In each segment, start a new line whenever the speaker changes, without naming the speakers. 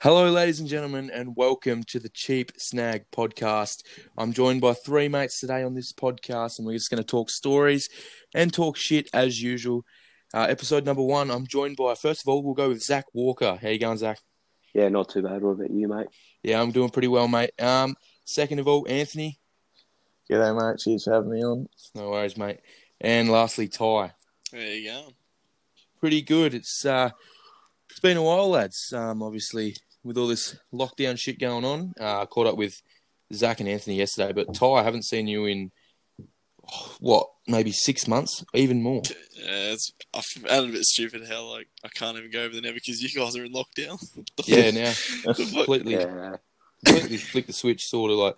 Hello, ladies and gentlemen, and welcome to the Cheap Snag podcast. I'm joined by three mates today on this podcast, and we're just going to talk stories and talk shit as usual. Uh, episode number one, I'm joined by, first of all, we'll go with Zach Walker. How you going, Zach?
Yeah, not too bad. What about you, mate?
Yeah, I'm doing pretty well, mate. Um, second of all, Anthony.
G'day, mate. Cheers for having me on.
No worries, mate. And lastly, Ty.
There you go.
Pretty good. It's uh, it's been a while, lads. Um, obviously, with all this lockdown shit going on. Uh, I caught up with Zach and Anthony yesterday, but Ty, I haven't seen you in oh, what maybe six months, even more.
Yeah, it's, I found it a bit stupid how like I can't even go over there now because you guys are in lockdown. The
Yeah,
fuck-
now
the fuck-
completely,
Yeah,
completely flick the switch, sort of like.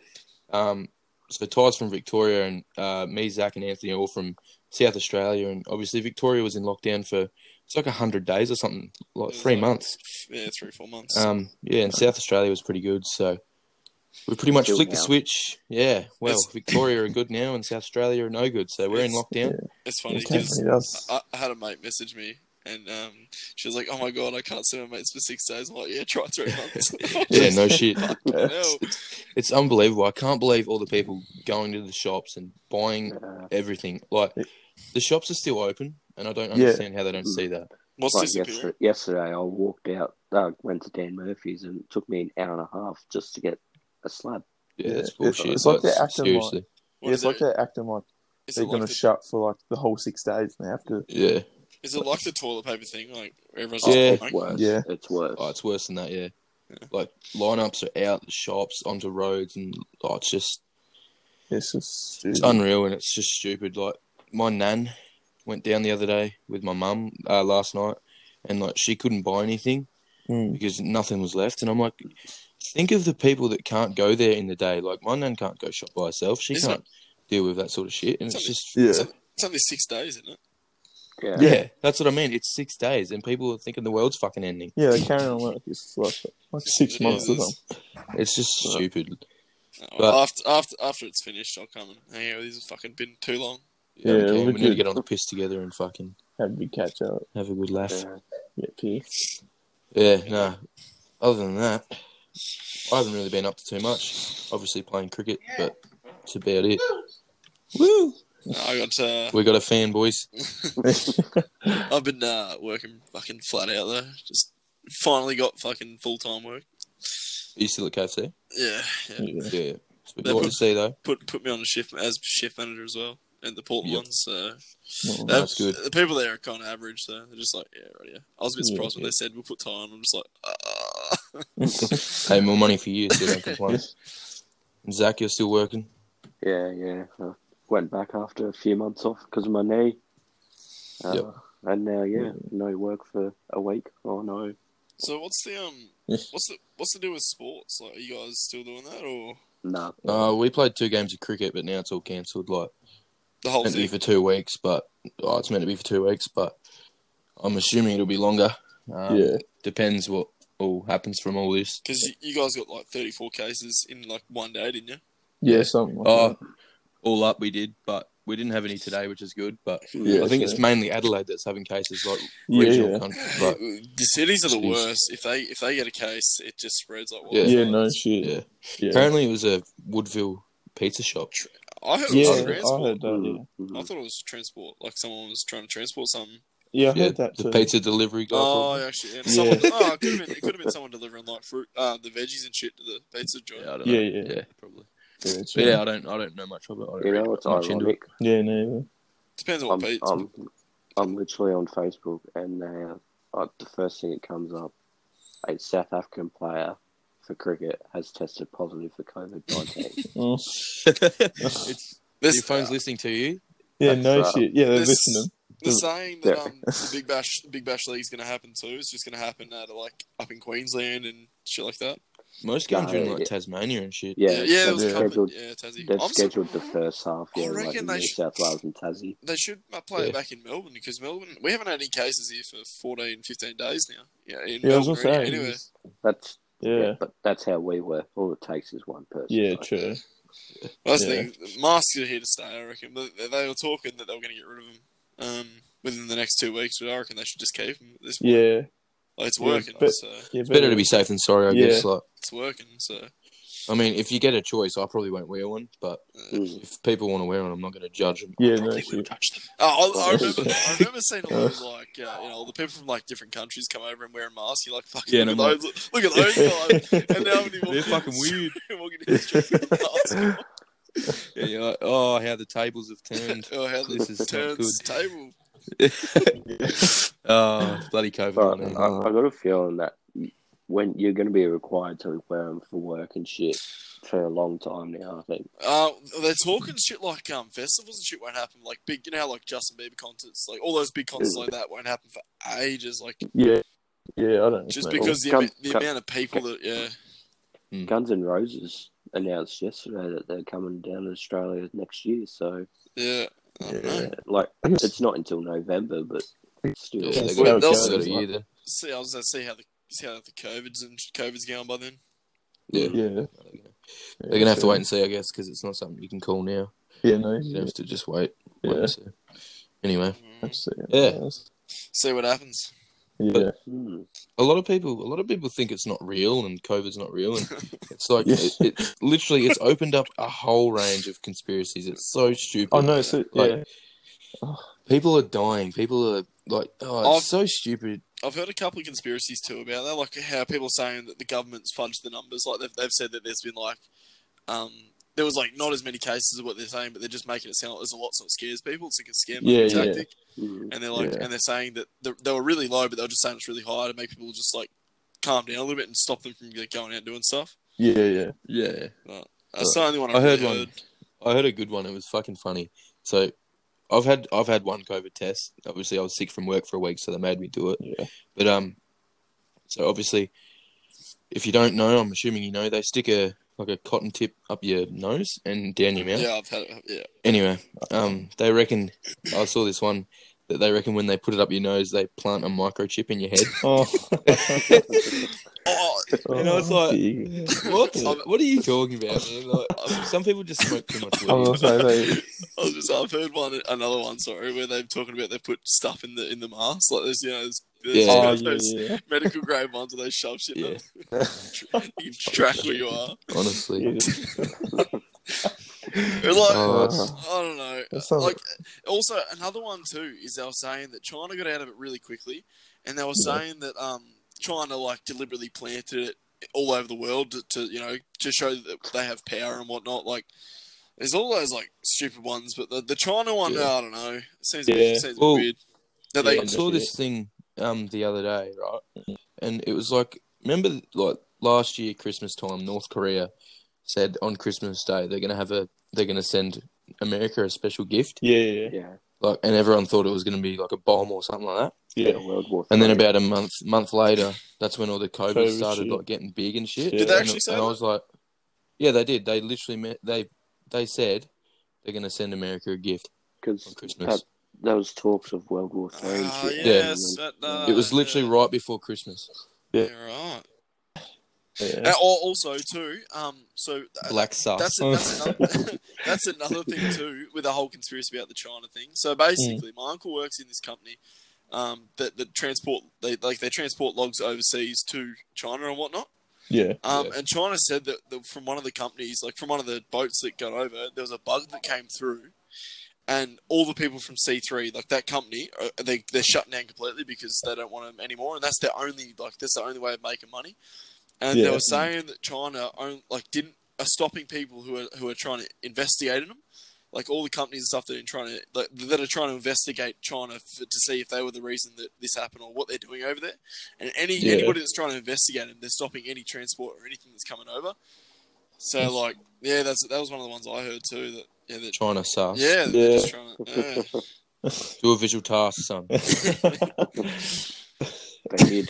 Um, so Ty's from Victoria, and uh, me, Zach, and Anthony are all from South Australia, and obviously Victoria was in lockdown for it's like hundred days or something, like
It
three
was like-
months.
yeah, three four months.
Um, yeah, and South Australia was pretty good, so we pretty much
Still
flicked the
now.
switch. Yeah, well,
It's-
Victoria are good now, and South Australia are no good, so we're in
It's-
lockdown.
it's funny
It
because
definitely does.
I, I had a mate message me and um, she was like, "Oh my god, I can't see my mates for six days." I'm like, "Yeah, try three months."
Yeah, no shit.
no.
It's unbelievable. I can't believe all the people going to the shops and buying
yeah.
everything. Like the shops are still open, and I don't
Yeah.
understand how they don't see that.
What's
Like
disappearing?
yesterday, yesterday, I walked out, uh, went to Dan Murphy's, and it took me an hour and a half just to get a slab.
Yeah,
Yeah,
that's
it's-
bullshit.
it's like they're
s-
acting like-
seriously.
What
it's
is
like
it?
they're acting like
Is it
they're going
like
to
the-
shut for like the whole six days and they have to.
Yeah.
Is it like the toilet paper thing? Like everyone's
Yeah.
just
Oh, It's
like,
worse.
Yeah.
It's worse.
Oh, it's worse than that. Yeah.
Yeah.
Like lineups are out, the shops onto roads, and oh, it's just
It's just
It's
stupid.
unreal and it's just stupid. Like my nan went down the other day with my mum uh, last night, and like she couldn't buy anything
Mm.
because nothing was left. And I'm like, think of the people that can't go there in the day. Like my nan can't go shop by herself. She
Isn't
can't deal with that sort of shit. And it's
Something-
just
Yeah.
it's, only, it's only six days, isn't it?
yeah.
yeah. that's what I mean. It's six days, and people are thinking the world's fucking ending.
Yeah, they're carrying on like this for like, like six
It
months or
is.
something.
It's just
Yeah.
stupid.
No,
But-
after after after it's finished, I'll come and hang out with you. It's fucking been too long.
Yeah,
Okay,
it'll
we
be
need to
good.
get on the piss together and fucking
Have a big catch up.
have a good laugh.
yeah.
Yeah, pee.
Yeah, no. Other than that, I haven't really been up to too much. Obviously playing cricket, but that's about it.
Woo!
No, I got uh,
We got a fan, boys.
I've been uh, working fucking flat out though. Just finally got fucking full time work.
Are you still at KFC?
Yeah, yeah.
Yeah.
Yeah. It's been
They're
good to
put-
see though.
Put put me on a shift as shift manager as well, and the Portland
Yep.
one. So
No.
That's
That-
good.
The people there are kind of average though. They're just like yeah, right. Yeah. I was a bit
Yeah,
surprised when
yeah.
they said we'll put time. I'm just like. Uh,
Hey, more money for you, so don't complain. Zach, you're still working.
Yeah, yeah. I went back after a few months off because of my knee. Uh,
Yep.
And now, yeah, no work for a week. Oh, no.
so what's the um
Yes.
what's the what's the deal with sports? Like, are you guys still doing that or
Nah.
Uh, we played two games of cricket, but now it's all cancelled. Like
the whole
meant to be
thing?
for two weeks, but oh, it's meant to be for two weeks, but I'm assuming it'll be longer. Um,
yeah.
Depends what all happens from all this.
Because you, you guys got like 34 cases in like one day, didn't you?
Yeah, something like
Oh,
that.
all up we did, but we didn't have any today, which is good. But
Yeah,
I think
so-
it's mainly Adelaide that's having cases like
Yeah,
regional
yeah.
country. But
the cities are the
Jeez.
worst. If they if they get a case, it just spreads like
Yeah.
wildfire.
Yeah, no
yeah.
shit. Yeah.
apparently it was a Woodville pizza shop.
I heard
Yeah,
it was
I
transport.
heard that.
Mm,
I,
mm.
thought it was transport. Like someone was trying to transport something.
Yeah, yeah I
Yeah,
heard that
the
too.
pizza delivery guy.
Oh,
called.
actually, yeah.
Yeah.
Someone, oh, it could have been it could have been someone delivering like fruit, uh, the veggies and shit to the pizza joint.
I don't
Yeah,
know.
yeah.
probably.
Yeah,
But
true.
yeah, I don't, I don't know much of it. I don't
You
really
know, it's
look much into it.
ironic.
Yeah, neither.
Depends on
I'm,
what pizza.
I'm, I'm literally on Facebook, and uh, uh, the first thing that comes up a South African player for cricket has tested positive for COVID 19.
Oh.
it's,
This-
your phone's listening to you.
Yeah,
That's
no
right.
shit. Yeah, they're
This-
listening.
the saying that
Yeah.
um, the Big Bash the Big Bash League's going to happen too. It's just going to happen out of like up in Queensland and shit like that.
Most games
Uh,
are in like
Yeah.
Tasmania and shit.
yeah,
Yeah, yeah, there was a
they've
that's
couple.
scheduled,
Yeah, Tassie.
they've
I'm sur-
scheduled the first half,
I
yeah, like
reckon
in
they
New
should-
South Wales and Tassie.
they should uh, play
Yeah.
it back in Melbourne because Melbourne we haven't had any cases here for 14, 15 days now. Yeah, in
Yeah, I was
Melbourne
just
or any-
saying.
anywhere.
it's-
That's
Yeah,
but that's how we were. All it takes is one person.
yeah,
like,
true.
Well, that's
Yeah.
the thing. Masks are here to stay, I reckon. But they- they were talking that they were going to get rid of them um, within the next two weeks, but I reckon they should just keep them at this point.
Yeah,
Like it's
Yeah,
working,
but-
so
Yeah,
It's better to be safe than sorry, I guess. Like,
it's working. So
I mean, if you get a choice, I probably won't wear one. But
uh,
Mm.
if people want to wear one, I'm not going to judge them.
Yeah,
I
no
probably will
shit.
judge them.
oh, I, I remember, I remember seeing a lot of like uh, you know all the people from like different countries come over and wearing masks. You're like, fucking
Yeah,
look,
and
at those, look at those guys. And now when you walk-
They're fucking weird.
walking down the street with masks
Yeah, you're like, oh, how the tables have turned.
on. Oh, how the
This is not
turns
good.
table.
Oh, bloody COVID.
But
man.
I, I got a feeling that when you're going to be required to wear them for work and shit for a long time now, I think.
Uh, they're talking shit like um festivals and shit won't happen. Like big, you know, how, like Justin Bieber concerts, like all those big concerts like that won't happen for ages. Like
Yeah, yeah, I don't.
just
know.
because the,
Come-
ama- the
come-
amount of people that yeah.
Guns N' Roses announced yesterday that they're coming down to Australia next year, so
Yeah. I don't
Yeah.
know.
yeah, like it's not until November, but still.
Yeah, they got,
Well,
they'll-
they got a year then.
See, I was gonna see how the see how the COVID's and COVID's going by then.
Yeah.
Yeah,
They're gonna have to wait and see, I guess, because it's not something you can call now.
Yeah, no,
You
yeah,
have to just wait. wait
yeah,
and see. Anyway,
Mm.
that's it.
Yeah.
That's-
See what happens.
yeah,
Hmm.
a lot of people, a lot of people think it's not real and COVID's not real, and it's like
Yeah.
it, it's literally it's opened up a whole range of conspiracies. It's so stupid.
oh no, so
Like-
yeah,
People are dying. People are like, oh, it's so stupid.
I've heard a couple of conspiracies too about that, like how people are saying that the government's fudged the numbers. Like they've, they've said that there's been like, um, there was like not as many cases of what they're saying, but they're just making it sound like there's a lot, so it scares people. It's like a scam
Yeah, yeah.
tactic.
Hmm.
And they're like,
Yeah.
and they're saying that the, they were really low, but they were just saying it's really high to make people just like calm down a little bit and stop them from like, going out and doing stuff.
yeah, yeah.
Yeah.
That's the only one I've
I heard
really
one. I heard a good one. It was fucking funny. So, I've had I've had one COVID test. Obviously, I was sick from work for a week, so they made me do it.
Yeah.
But um, so obviously, if you don't know, I'm assuming you know, they stick a like a cotton tip up your nose and down your mouth.
Yeah, I've had it. Yeah,
Anyway, um, they reckon I saw this one that they reckon when they put it up your nose, they plant a microchip in your head.
Oh,
oh,
And I was like-
yeah.
what? What are you talking about, man? Like, some people just smoke too much
I
weed.
was like, they,
I was just, I've heard one, another one, sorry, where they're talking about they put stuff in the in the mask, like there's you know, there's, there's
Yeah.
oh
those, those
yeah, yeah.
medical grade ones where they shove shit. in
Yeah,
them. you can track where you are.
honestly.
yeah.
It's like
Oh,
that's-
I don't know.
That sounds
Like also another one too is they were saying that China got out of it really quickly, and they were
Yeah.
saying that um China like deliberately planted it all over the world to, to you know to show that they have power and whatnot. Like there's all those like stupid ones, but the, the China one
Yeah.
I don't know seems
Yeah.
seems
Well,
weird. That
Yeah,
they
I saw this thing um the other day, right? And it was like, remember, like last year Christmas time, North Korea said on Christmas Day they're gonna have a they're gonna send America a special gift,
yeah, yeah,
Yeah,
like, and everyone thought it was gonna be like a bomb or something like that.
yeah.
yeah, World War
And then
Three.
about a month month later, that's when all the COVID,
COVID
started
shit.
like getting big and shit.
Did they
And-
actually say
And I
that?
was like, yeah, they did. They literally met, they they said they're gonna send America a gift on
because
Christmas.
that, there was talks of World War Three. and
Ah,
shit.
yes, that, uh,
it was literally
yeah.
right before Christmas.
Yeah, right.
yeah.
And, al- also too, um, so uh,
Black Sus.
That's, that's, another, that's another thing too with the whole conspiracy about the China thing. So basically, my uncle works in this company um, that, that transport they like they transport logs overseas to China and whatnot.
yeah.
Um,
Yeah.
And China said that, that from one of the companies, like from one of the boats that got over, there was a bug that came through, and all the people from C three, like that company, uh, they they're shutting down completely because they don't want them anymore, and that's their only like that's the only way of making money. And they
Yeah.
were saying that China own, like didn't are stopping people who are who are trying to investigate in them. Like all the companies and stuff that are trying to like, that are trying to investigate China f to see if they were the reason that this happened or what they're doing over there, and any
Yeah.
anybody that's trying to investigate them, they're stopping any transport or anything that's coming over. So like, yeah, that's that was one of the ones I heard too. That yeah, that,
China Sus.
yeah, they're
Yeah.
just trying to. yeah.
Do a visual task, son.
They did.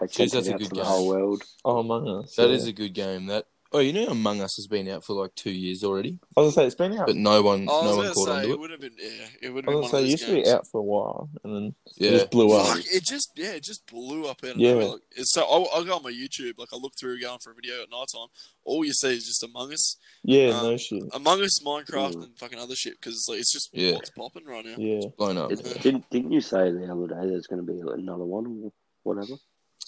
They
Jeez,
sent
that's
it
a
out
good
to the
game.
whole world.
oh, Among Us.
That
yeah.
is a good game. That oh, you know, Among Us has been out for like two years already,
I was gonna say it's been out.
but no one,
Oh, I was
no
gonna
one caught
say
onto
it
it.
would have been yeah, it would have
I
been one
was gonna say
of
it
those
used to
games.
be out for a while, and then it
Yeah,
just blew up.
Fuck, it just yeah, it just blew up out of
Yeah.
nowhere. Like, it's so I, I go on my YouTube, like I look through going for a video at night time. All you see is just Among Us,
Yeah,
Um,
no shit.
Among Us, Minecraft,
Ooh.
and fucking other shit because it's like it's just
Mm. Yeah.
what's popping right now.
Yeah,
blown up.
It, didn't, didn't you say the other day there's going to be another one or whatever?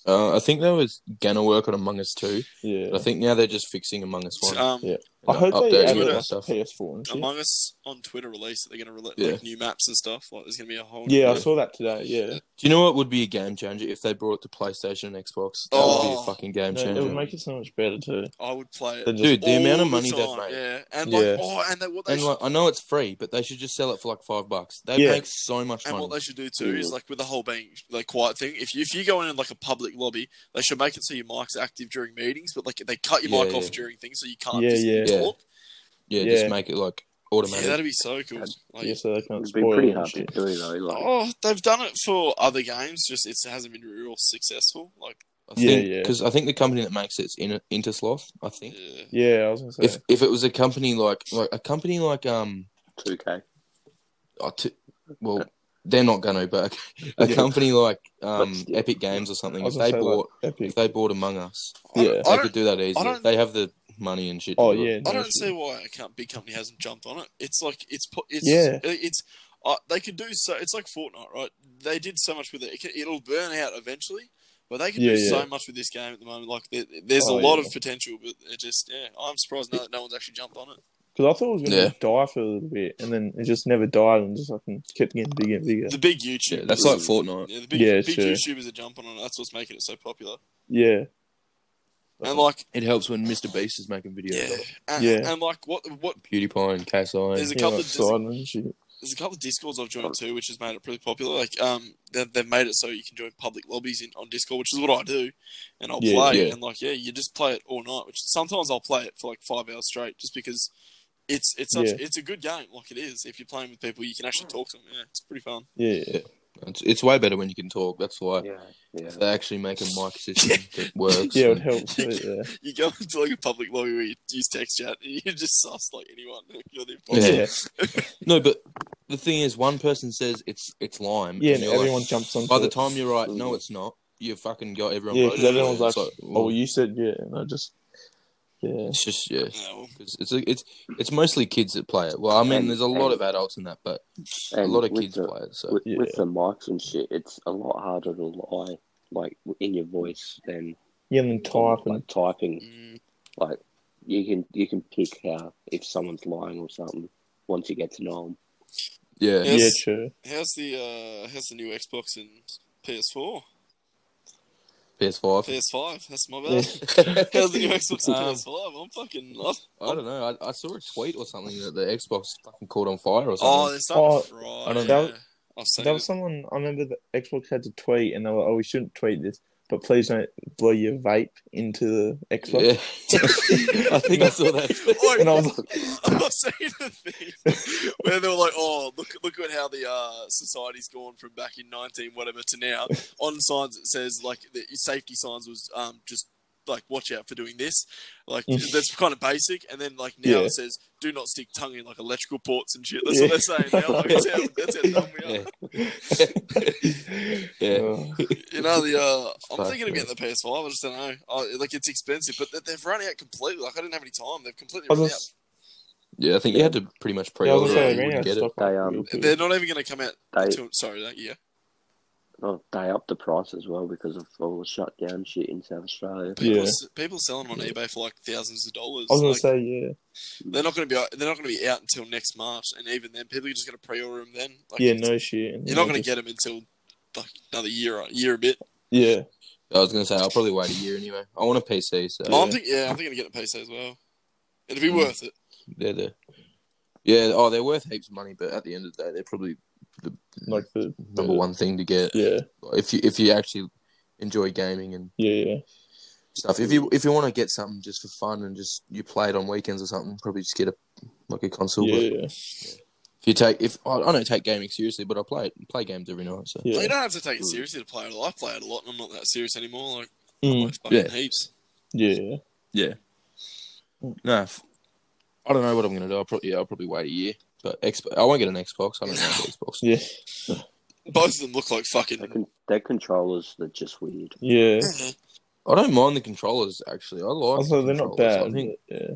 Uh, I think they was gonna work on Among Us too.
Yeah.
But I think now they're just fixing Among Us One.
Um,
Yeah.
and
I hope
updating
they add
it
it
and
Twitter.
on
stuff.
PS4 and shit.
Among Us on Twitter release that they're going to release
Yeah.
like new maps and stuff. Like there's going to be a whole.
Yeah, I
new-
saw that today. Yeah,
Do you know what would be a game changer if they brought it to PlayStation and Xbox? That would be
Oh.
a fucking game
No, it
changer.
would make it so much better too.
I would play it.
Than just,
Dude, the amount of
all
money
time,
they've made.
Yeah, and like
Yeah.
oh, and they, what they
And
should,
like, I know it's free, but they should just sell it for like five bucks. They
Yeah.
make so much
and what
money.
they should do too is like with the whole being like quiet thing. If you if you go in like a public lobby, they should make it so your mic's active during meetings, but like they cut your
Yeah,
mic
yeah.
off during things so you can't
Yeah,
physically
yeah.
Yeah.
talk.
yeah,
Yeah.
just make it like
Yeah,
automatic.
that'd be so cool. Like,
yeah, so they can't
It'd be
spoil
pretty
it and
hard
shit.
to do though. Like,
Oh, they've done it for other games. Just it hasn't been real successful. Like,
I
Yeah,
think
yeah.
because I think the company that makes it's in Intersloth. I think
yeah.
Yeah, I was gonna say.
if if it was a company like like a company like um,
2K.
oh, t- well they're not gonna, but a, a
Yeah.
company like um
But still.
Epic Games or
I
something. If
was gonna
they
say, like,
bought
Epic.
if they bought Among Us,
I don't-
Yeah.
I
they
don't
could do that easily.
don't-
They have the money and shit. to
Oh
do it.
yeah,
I
no
don't
shit.
see why a com- big company hasn't jumped on it. It's like it's pu- it's
Yeah.
it's uh, they could do so. It's like Fortnite, right? They did so much with it. it can, it'll burn out eventually, but they can
Yeah,
do
yeah.
so much with this game at the moment. Like there, there's a
Oh,
lot
yeah.
of potential, but it just yeah, I'm surprised no, no one's actually jumped on it.
Because I thought it was gonna
Yeah.
die for a little bit, and then it just never died, and just fucking kept getting bigger and bigger.
The big YouTube,
Yeah, that's like Fortnite.
yeah, the big,
Yeah,
big
sure.
YouTubers are jumping on it. That's what's making it so popular.
Yeah,
And like
It helps when Mr Beast is making videos.
yeah,
of it.
and,
Uh-huh. Yeah.
and like what what
PewDiePie and KSI.
There's a
and-
yeah,
couple
like
of dis-
Sidon and shit.
there's a couple of discords I've
Oh.
joined too, which has made it pretty popular. Like, um, they've, they've made it so you can join public lobbies in on Discord, which is what I do, and I'll
Yeah,
play.
yeah.
And like, yeah, you just play it all night. Which sometimes I'll play it for like five hours straight, just because it's it's such
Yeah. Mm.
it's a good game. Like it is, if you're playing with people, you can actually talk to them. Yeah, it's pretty fun.
Yeah,
It's, it's way better when you can talk. That's why
Yeah, yeah.
if they actually make a mic system that works.
yeah, it would
and-
help. too, Yeah,
You go into like a public lobby where you use text chat, and you just suss like anyone. You're the
Yeah.
imposter.
yeah,
No, but the thing is, one person says it's it's lime. and
yeah. And
you're like-
everyone jumps on.
by the time you're right, no, it's not. You fucking got everyone.
yeah,
voted
because
for it.
everyone's like,
It's
"Oh, you said yeah," and I just, yeah,
it's just yeah.
Yeah, well,
'Cause It's it's it's mostly kids that play it. Well, I mean,
And-
there's a lot
and-
of adults in that, but a
And
lot of
with
kids
the,
play it. So
With, with
Yeah.
the mics and shit, it's a lot harder to lie, like in your voice than
yeah, and then type and
like typing.
mm,
Like you can you can pick how if someone's lying or something once you get to know them.
yeah,
Yes.
yeah, true.
how's the uh, how's the new Xbox and PS4,
PS5.
PS5? That's my bad.
Yeah.
How's the new Xbox
Um,
and PS5? I'm fucking. I'm,
I don't know. I, I saw a tweet or something that the Xbox fucking caught on fire or
oh,
something.
they're starting to
I
fry.
don't
know.
yeah. I've seen
There was
it.
someone I remember that Xbox had to tweet, and they were, "Oh, we shouldn't tweet this, but please don't blow your vape into the Xbox."
yeah, I think I saw that.
Oi,
And I was like,
I've seen a thing where they were like, "Oh, look, look at how the uh, society's gone from back in nineteen whatever to now." On signs it says like the safety signs was um, just like watch out for doing this, like
Mm.
that's kind of basic. And then like now
Yeah.
it says do not stick tongue in like electrical ports and shit. That's what they're saying now. Like, that's how that's how dumb we are.
Yeah. yeah.
oh,
You know the uh, I'm
Fuck,
thinking of
yeah.
getting the PS5. I just don't know. I, like it's expensive, but they- they've run out completely. Like I didn't have any time. They've completely
I was
run out.
gonna s-
Yeah, I think you had to pretty much
yeah, I was
pre-order
gonna
it.
say,
you
ran out
wouldn't
of
get it.
stock, like,
They, um,
real quick.
They're not even going to come out.
They
Till, sorry, that yeah.
oh, they up the price as well because of all the shutdown shit in South Australia.
People,
Yeah.
s people selling on eBay for like thousands of dollars.
I was gonna
Like,
say, yeah,
they're not going to be out- they're not going to be out until next March, and even then, people are just going to pre-order them. Then, like,
yeah,
it's-
no shit. and
you're not
then
going to
just-
get them until like another year, or year a bit.
Yeah,
I was gonna say I'll probably wait a year anyway. I want a PC, so
Oh, I'm think, yeah, I'm thinking of getting a PC as well. It'll be
Mm.
worth it.
they're the yeah. Oh, they're worth heaps of money, but at the end of the day, they're probably
like the
number
the-
one thing to get
Yeah,
if you if you actually enjoy gaming and
yeah, yeah.
stuff. If you if you want to get something just for fun and just you play it on weekends or something, probably just get a like a console. But
Yeah,
if you take if I, I don't take gaming seriously, but I play it- play games every night. So
Like, you
yeah,
don't have to take it
Mm.
seriously to play it. I play it a lot, and I'm not that serious anymore. Like, I
Mm,
play fucking
Yeah.
heaps.
yeah.
no, f- I don't know what I'm gonna do. I'll probably yeah, I'll probably wait a year. But Xbox, I won't get an Xbox. I don't like Xbox.
Yeah,
Both of them look like fucking.
Their, con- their controllers, they're just weird.
yeah.
I don't mind the controllers actually. I like.
Also,
the
they're not
controllers.
bad.
I think
but, yeah,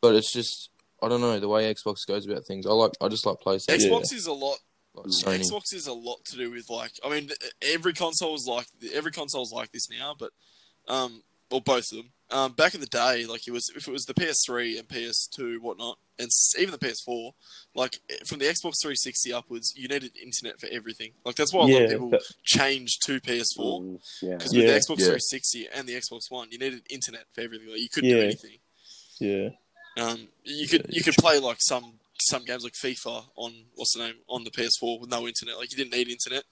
but it's just I don't know the way Xbox goes about things. I like I just like PlayStation.
Xbox is a lot
Like Sony.
Xbox is a lot to do with like I mean th- every console is like every console's like this now, but um or both of them. Um, back in the day, like it was if it was the PS3 and PS2 whatnot, and s- even the PS4, like eh, from the Xbox 360 upwards, you needed internet for everything. Like that's why a lot
yeah,
of people
but-
changed to PS4
Mm, yeah.
because
Yeah.
with the Xbox
Yeah.
360 and the Xbox One, you needed internet for everything. Like you couldn't do
Yeah.
anything.
yeah,
Um, you could you could play like some some games like FIFA on what's the name on the PS4 with no internet. Like you didn't need internet.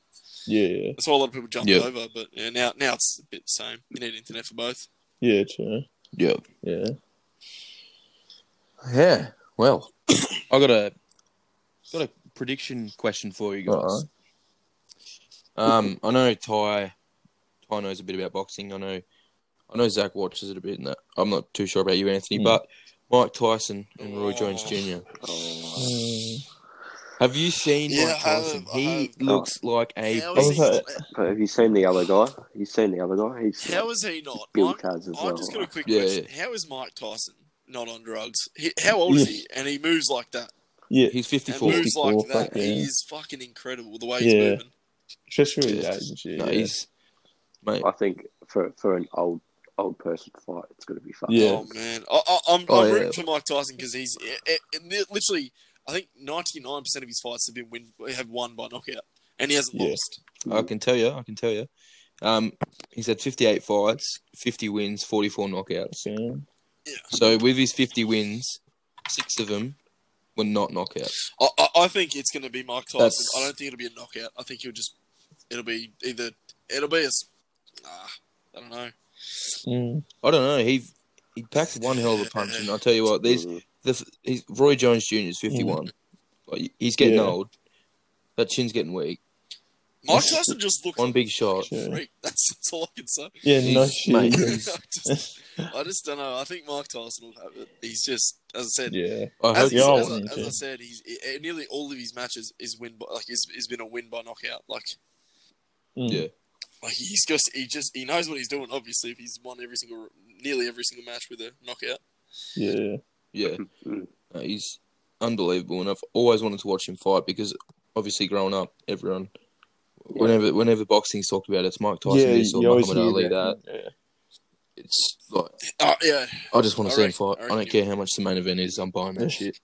yeah,
That's why a lot of people jumped
Yeah.
over, but yeah, now now it's a bit the same. You need internet for both.
yeah, true.
Yeah.
Yeah.
Yeah. Well, I got a got a prediction question for you guys.
Uh-oh.
Um, I know Ty. Ty knows a bit about boxing. I know. I know Zach watches it a bit, and that I'm not too sure about you, Anthony.
Hmm.
But Mike Tyson and Roy Jones
Oh.
Jr.
Oh,
Mm.
Have you seen
Yeah, I
Mike
have,
Tyson?
I
he
have.
looks like a
How
is
is
beast.
he
Also-
not?
but have you seen the other guy? You seen the other guy? He's
How is he not?
Bill
I'm,
Cards as well.
I'm just got a quick
Yeah,
question. How is Mike Tyson not on drugs? He, how old is he? And he moves like that.
Yeah,
He's
And
54.
moves like
54,
that.
fuck yeah.
He is fucking incredible the way he's
Yeah.
moving.
especially with his
Yeah.
age and shit.
no,
yeah.
he's mate.
I think for for an old old person fight, it's gonna be fun.
Yeah.
Oh man, I, I, I'm,
Oh,
I'm
yeah.
rooting for Mike Tyson because he's eh, it, it, it- literally. I think 99% of his fights have been win have won by knockout, and he hasn't
Yeah.
lost.
I can tell you. I can tell you. Um, he's had 58 fights, 50 wins, 44 knockouts.
Yeah.
So with his 50 wins, six of them were not knockouts.
I, I, I think it's going to be Mike Tyson.
That's-
I don't think it'll be a knockout. I think he'll just it'll be either it'll be a s- ah, I don't know.
Mm.
I don't know. He he packs one hell of a punch, and I tell you what, these
Mm.
the he's, Roy Jones Jr. is 51. Like, he's getting
Yeah.
old. That chin's getting weak.
Mike Tyson just looks
One
like
big
a
shot.
fucking freak. That's, that's all I can say.
yeah, no
He's-
shit.
mate,
I
he's-
just, I just don't know. I think Mike Tyson will have it. He's just as I said.
Yeah,
I hope
As, as,
Yeah, I
as,
so.
I,
wouldn't,
as I
yeah.
said, he's eh, nearly all of his matches is win by, like is has been a win by knockout. Like
Mm.
Yeah.
like he's just he just he knows what he's doing. Obviously, if he's won every single nearly every single match with a knockout.
yeah,
Yeah,
Mm.
No, he's unbelievable, and I've always wanted to watch him fight because obviously growing up, everyone. Whenever, whenever boxing's talked about, it's Mike Tyson
yeah.
this or
You always
Muhammad
hear
Ali.
that.
That it's like
Oh yeah.
I just want
I
to see him
reckon-
fight.
I
I,
reckon
don't care how much the main event is. I'm buying
Yeah.
that shit.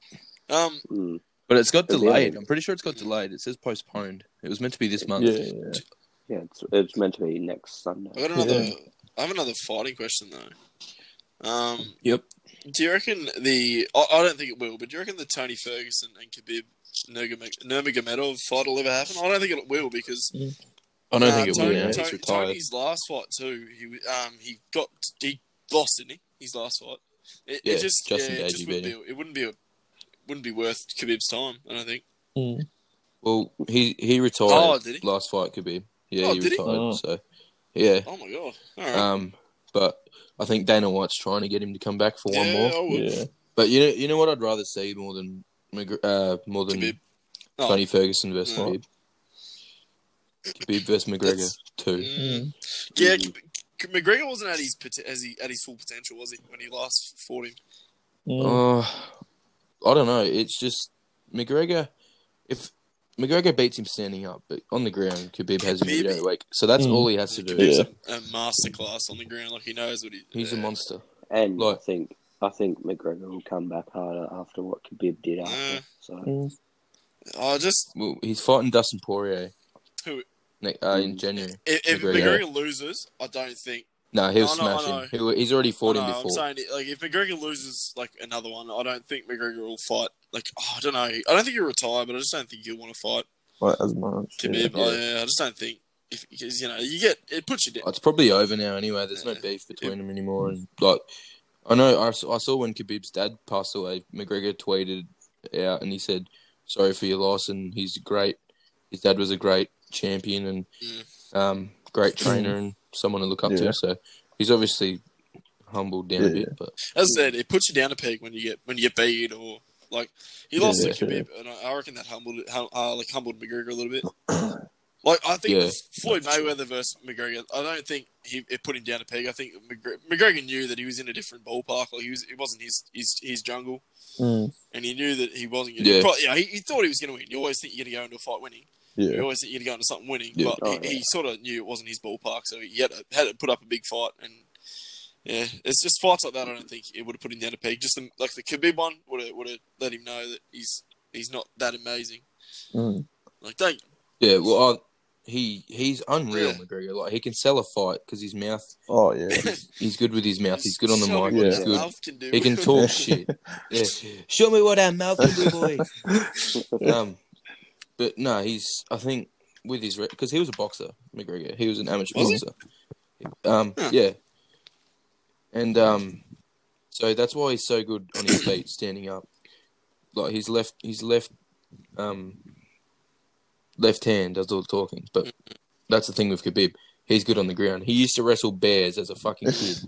Um,
Mm.
But it's got
Yeah.
delayed. I'm pretty sure it's got delayed. It says postponed. It was meant to be this month.
Yeah, yeah.
Yeah, it's, it's meant to be next Sunday.
I got another.
Yeah.
I have another fighting question though. Um,
Yep.
do you reckon the? I, I don't think it will, but do you reckon the Tony Ferguson and Khabib Nurmagomedov Nurmagomedov fight will ever happen? I don't think it will because
I don't
uh,
think it will
Tony,
now.
Tony-
He's retired.
Tony's last fight too. He um he got he lost, didn't he? His last fight. It,
Yeah,
it just
Justin
yeah, it
Gage
just
beat
wouldn't be. It wouldn't be. A, wouldn't be worth Khabib's time. I don't think.
Mm.
Well, he he retired.
Oh, did he?
Last fight could be. Yeah,
Oh,
he
did he?
retired.
Oh.
So, yeah.
Oh my god! All right.
Um, but I think Dana White's trying to get him to come back for one
Yeah,
more.
I would.
yeah.
But you know, you know what I'd rather see more than McGr- uh, more than
Khabib. Oh,
Tony Ferguson versus
Oh.
Khabib. Khabib versus McGregor
That's-
too.
Mm.
Mm.
Yeah,
Mhm.
K- K- McGregor wasn't at his pot- as he at his full potential, was he? When he last fought him,
Mm.
Uh, I don't know. It's just McGregor. If McGregor beats him standing up, but on the ground, Khabib has him beat out of the wake. So that's
Mm.
all he has to do.
Khabib's a, a masterclass on the ground. Like he knows what he.
He's a
yeah.
monster.
And
Like-
I think I think McGregor will come back harder after what Khabib did after.
Yeah.
So
Oh.
Mm.
I just
Well, he's fighting Dustin Poirier.
Who-
Ne- uh, in January.
if, if
McGregor.
McGregor. loses, I don't think.
No, he'll
I know,
smash
I
him. He'll, he's already fought
I
him
know, Oh, I'm
before.
saying like if McGregor loses like another one, I don't think McGregor will fight. Like oh, I don't know. I don't think he'll retire, but I just don't think he'll want to fight
Like as much. Yeah.
Khabib. I, yeah, I just don't think if because you know you get it puts you down.
Oh, it's probably over now anyway. There's no
Yeah.
beef between them anymore. And like, I know I, s- I saw when Khabib's dad passed away. McGregor tweeted out and he said, "Sorry for your loss." And he's great. His dad was a great champion and um, great trainer and someone to look up
Yeah.
to. So he's obviously humbled down a bit. But
As I said, it puts you down a peg when you get when you get beat or like he lost
Yeah.
to Khabib, and I, I reckon that humbled hum, uh, like humbled McGregor a little bit. Like I think
Yeah.
Floyd Mayweather versus McGregor. I don't think he it put him down a peg. I think McGregor, McGregor knew that he was in a different ballpark. Like he was, it wasn't his his, his jungle,
Mm.
and he knew that he wasn't. Gonna,
Yeah.
yeah, yeah. He, he thought he was going to win. You always think you're going to go into a fight winning. You
Yeah.
always think you're going to go into something winning.
Yeah.
But
Oh,
he, he sort of knew it wasn't his ballpark, so he had to, had to put up a big fight. And yeah, it's just fights like that. I don't think it would have put him down a peg. Just the, like the Khabib one would have would have let him know that he's he's not that amazing.
Mm.
Like don't
Yeah, well, I, he he's unreal,
Yeah.
McGregor. Like he can sell a fight because his mouth,
Oh yeah.
he's good with his mouth. He's good on the
Show me
mic.
what
Yeah.
He's
that
good.
mouth can do.
He can talk shit. Yeah. Show me what our mouth can do, boy. um, but no, he's. I think with his because he was a boxer, McGregor. He was an amateur
Was
boxer. Um,
Huh.
yeah, and um, so that's why he's so good on his feet, standing up. Like his left, his left, um, left hand does all the talking. But that's the thing with Khabib. He's good on the ground. He used to wrestle bears as a fucking kid.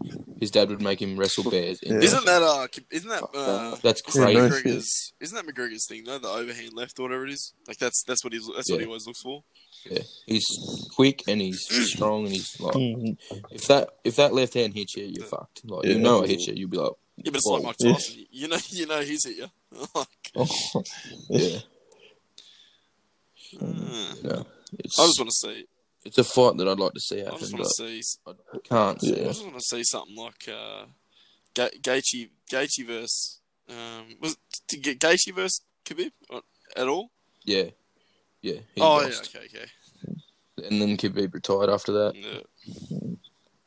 His dad would make him wrestle bears. in-
Yeah.
Isn't that uh? Isn't that uh?
That's
Isn't that,
crazy.
Yeah, no shit.
McGregor's, isn't that McGregor's thing though? The overhand left or whatever it is. Like that's that's what he's that's what
Yeah.
he always looks for.
He's quick and he's strong and he's like
Mm.
If that if that left hand hits you, you're fucked. Like you
Yeah.
know it hits you, you'll be like,
Yeah, but it's like
Whoa.
Mike Tyson. You know, you know he's hit you. like,
Oh,
yeah,
uh,
no. It's
I just want to see.
it's a fight that I'd like to see
I
happen,
just want
but
to see.
I can't see
I
it.
just want to see something like uh, Ga- Gaethje Gaethje versus um was to get Gaethje versus Khabib or- at all?
Yeah, yeah. He
oh
lost. Uh,
yeah, okay, okay.
and then Khabib retired after that.
No.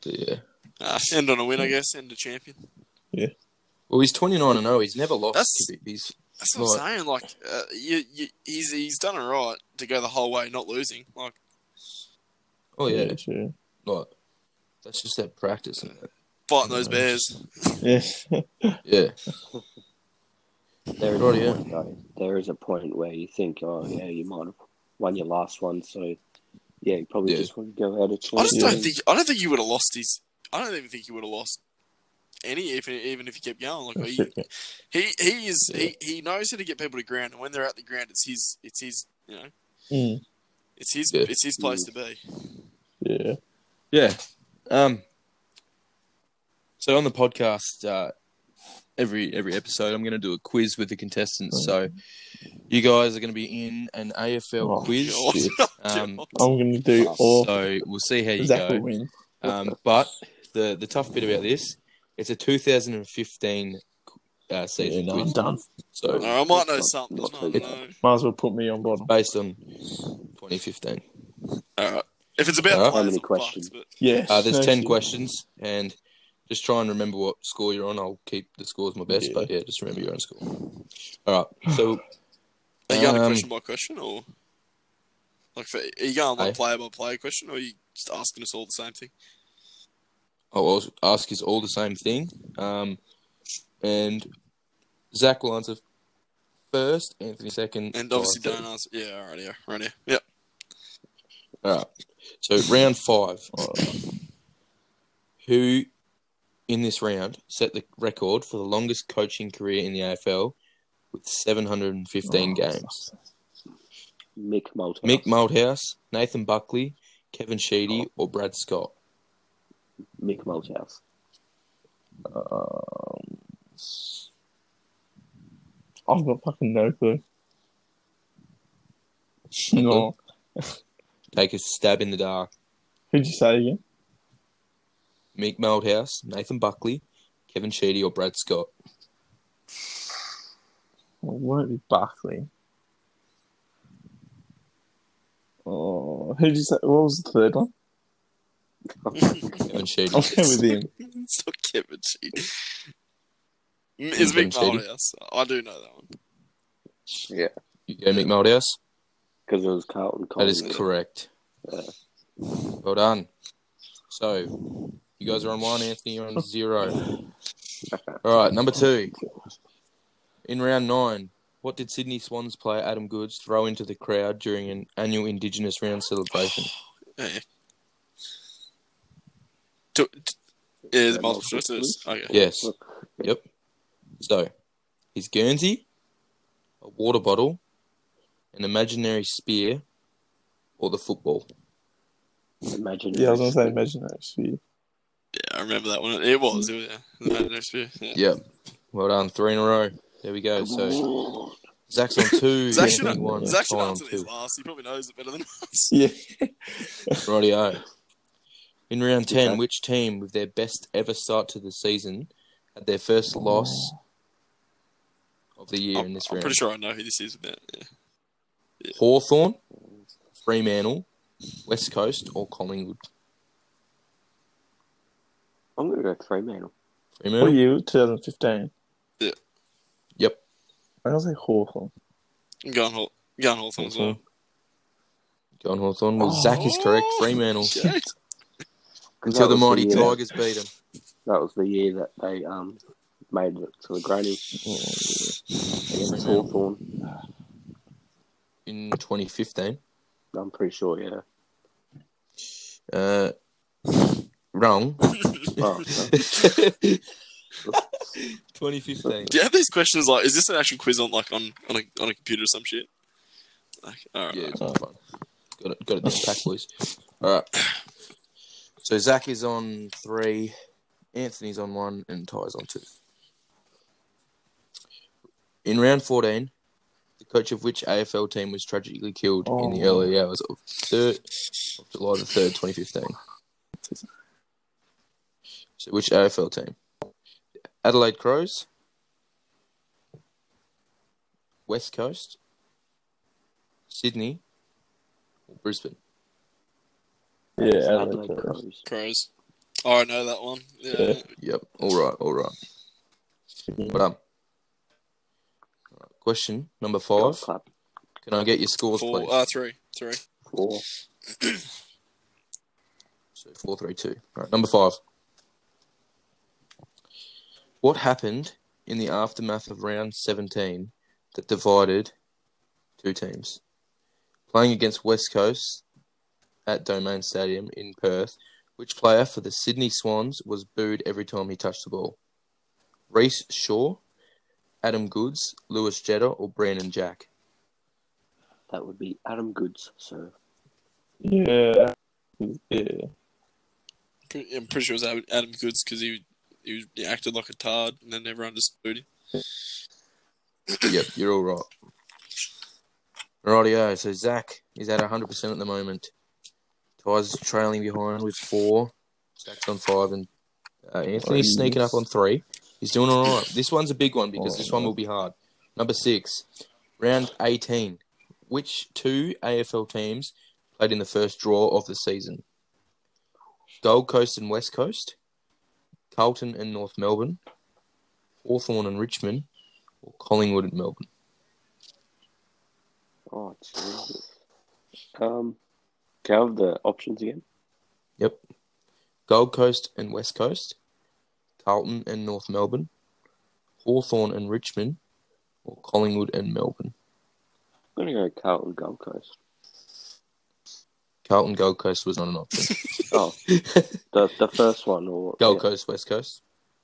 So, yeah.
Uh, end on a win, I guess. End a champion.
Well, he's 29 and 0. He's never lost.
That's-
Khabib. He's
That's what I'm saying. Like, uh, you, you, he's he's done it right to go the whole way, not losing. Like,
oh yeah,
sure.
like that's just that practice. Isn't it?
fighting those bears.
Yeah.
Yeah,
There is,
Right, yeah.
a point, though. there is a point where you think, oh, yeah, you might have won your last one, so yeah, you probably
Yeah.
just want to go out of chance.
I just don't
and-
think I don't think you would have lost his. I don't even think you would have lost any if even if he kept going. Like he he, he is he, he knows how to get people to ground, and when they're at the ground, it's his it's his you know
Mm.
it's his
Yeah.
it's his place to be.
Yeah.
yeah. Um. So on the podcast, uh, every every episode, I'm going to do a quiz with the contestants. So you guys are going to be in an AFL
Oh,
quiz.
God.
shit.
Um,
I'm gonna do all.
So we'll see how you
Zach will
go.
win.
Um, but the the tough bit about this, it's a 2015 uh,
Yeah,
season
no, I'm
quiz.
done.
So
No, I might know something.
not
I don't
big.
know.
Might as well put me on bottom.
based on 2015,
All right. If it's about
Alright.
How
players,
many
I'm fucked,
questions?
but
Yes.
uh, there's
no
10
shit.
questions, and just try and remember what score you're on. I'll keep the scores my best,
Yeah.
but yeah, just remember your own score. All right. So
are you going
Um,
question by question or like for, are you going like
Hey.
player by player question, or are you just asking us all the same thing?
I'll also ask is all the same thing, um, and Zach will answer first, Anthony second,
And obviously,
Tyler third.
don't answer. Yeah, all right, yeah, right here. Yep.
All right. So round five.
Oh,
Who in this round set the record for the longest coaching career in the AFL with 715
Oh,
games?
Mick Malthouse.
Mick Moldhouse, Nathan Buckley, Kevin Sheedy, or Brad Scott?
Mick Malthouse.
Um, I've got fucking no clue. no.
Take a stab in the dark.
Who'd you say again?
Mick Moldhouse, Nathan Buckley, Kevin Sheedy, or Brad Scott?
Well, Oh, it won't be Barkley. Oh, who did you say? What was the third one?
Kevin Sheedy.
I'll go with him.
It's not Kevin Sheedy. Mm, It's
Kevin
Mick
Sheedy.
Moldhouse. I do know that one.
Yeah.
You go, Mick Moldhouse.
Because it was Carlton
That is
Collins.
correct.
Yeah.
Well done. So, you guys are on one, Anthony, you're on zero. All right, number two. In round nine, what did Sydney Swans player Adam Goods throw into the crowd during an annual Indigenous round celebration?
Yeah. yeah. Do, d- yeah, there's
Yeah,
multiple
multiple
choices. Okay.
Yes. Yep. So, his Guernsey, a water bottle, an imaginary spear, or the football.
Imagine.
Yeah, I was gonna say imagine that. Actually.
Yeah, I remember that one. It was. It was yeah. The Madden Expo, yeah.
Yeah. Well done. Three in a row. There we go. So Zach's on two.
Zach
Anthony
should,
one.
Zach should
Ty on
answer
two.
these last. He probably knows it better than us.
Yeah.
Rightio. In round 10,
Okay.
which team with their best ever start to the season had their first loss of the year
I'm,
in this
I'm
round?
pretty sure I know who this is about. Yeah.
Hawthorn, Fremantle, West Coast, or Collingwood?
I'm gonna go Fremantle.
What
Fremantle?
year? 2015.
Yep.
I was like Hawthorne.
I'm going, Haw- I'm going Hawthorne as well.
John Hawthorn. Well, Zach is correct. Fremantle.
Oh, Shit.
Until the
That was
mighty
year-
Tigers beat him.
That was the year that they um made it to the granny against
Fremantle.
Hawthorn.
In 2015.
I'm pretty sure. Yeah.
Uh, wrong.
Oh, no.
2015.
Do you have these questions like, is this an actual quiz on like on, on, a, on a computer or some shit? Like, all right.
Yeah, it's not fun. Got it, got it this pack, boys. All right. So Zach is on three, Anthony's on one, and Ty's on two. In round 14, the coach of which AFL team was tragically killed in the
Oh.
early hours of, third, of July the 3rd, 2015? So which AFL team? Adelaide Crows, West Coast, Sydney, or Brisbane?
Yeah, Adelaide.
Adelaide
Crows.
Crows.
Crows. Oh, I know that one. Yeah.
Yeah.
Yep. All right. All right. But um, question number
Golf
five.
Club.
Can I get your scores,
Four,
please?
uh, three. Three.
Four.
So four, three, two. All right. Number five. What happened in the aftermath of round seventeen that divided two teams? Playing against West Coast at Domain Stadium in Perth, which player for the Sydney Swans was booed every time he touched the ball? Reese Shaw, Adam Goods, Lewis Jetta, or Brandon Jack?
That would be Adam Goods, sir.
Yeah. Yeah.
Pre- I'm pretty sure it was Adam- Adam Goods because he, he, was- he acted like a tard and then everyone just booed him.
yep, you're all right. Rightio. So Zach is at 100% at the moment. Ty's trailing behind with four. Zach's on five, and uh, Anthony's
Nice.
sneaking up on three. He's doing all right. This one's a big one because this
Oh,
one will be hard. Number six, round 18. Which two AFL teams played in the first draw of the season? Gold Coast and West Coast, Carlton and North Melbourne, Hawthorn and Richmond, or Collingwood and Melbourne.
Oh, Jesus. Um, can I have the options again?
Yep. Gold Coast and West Coast, Carlton and North Melbourne, Hawthorn and Richmond, or Collingwood and Melbourne.
I'm gonna go Carlton Gold Coast.
Carlton Gold Coast was not an option.
Oh, the the first one or
Gold
yeah,
Coast, West Coast.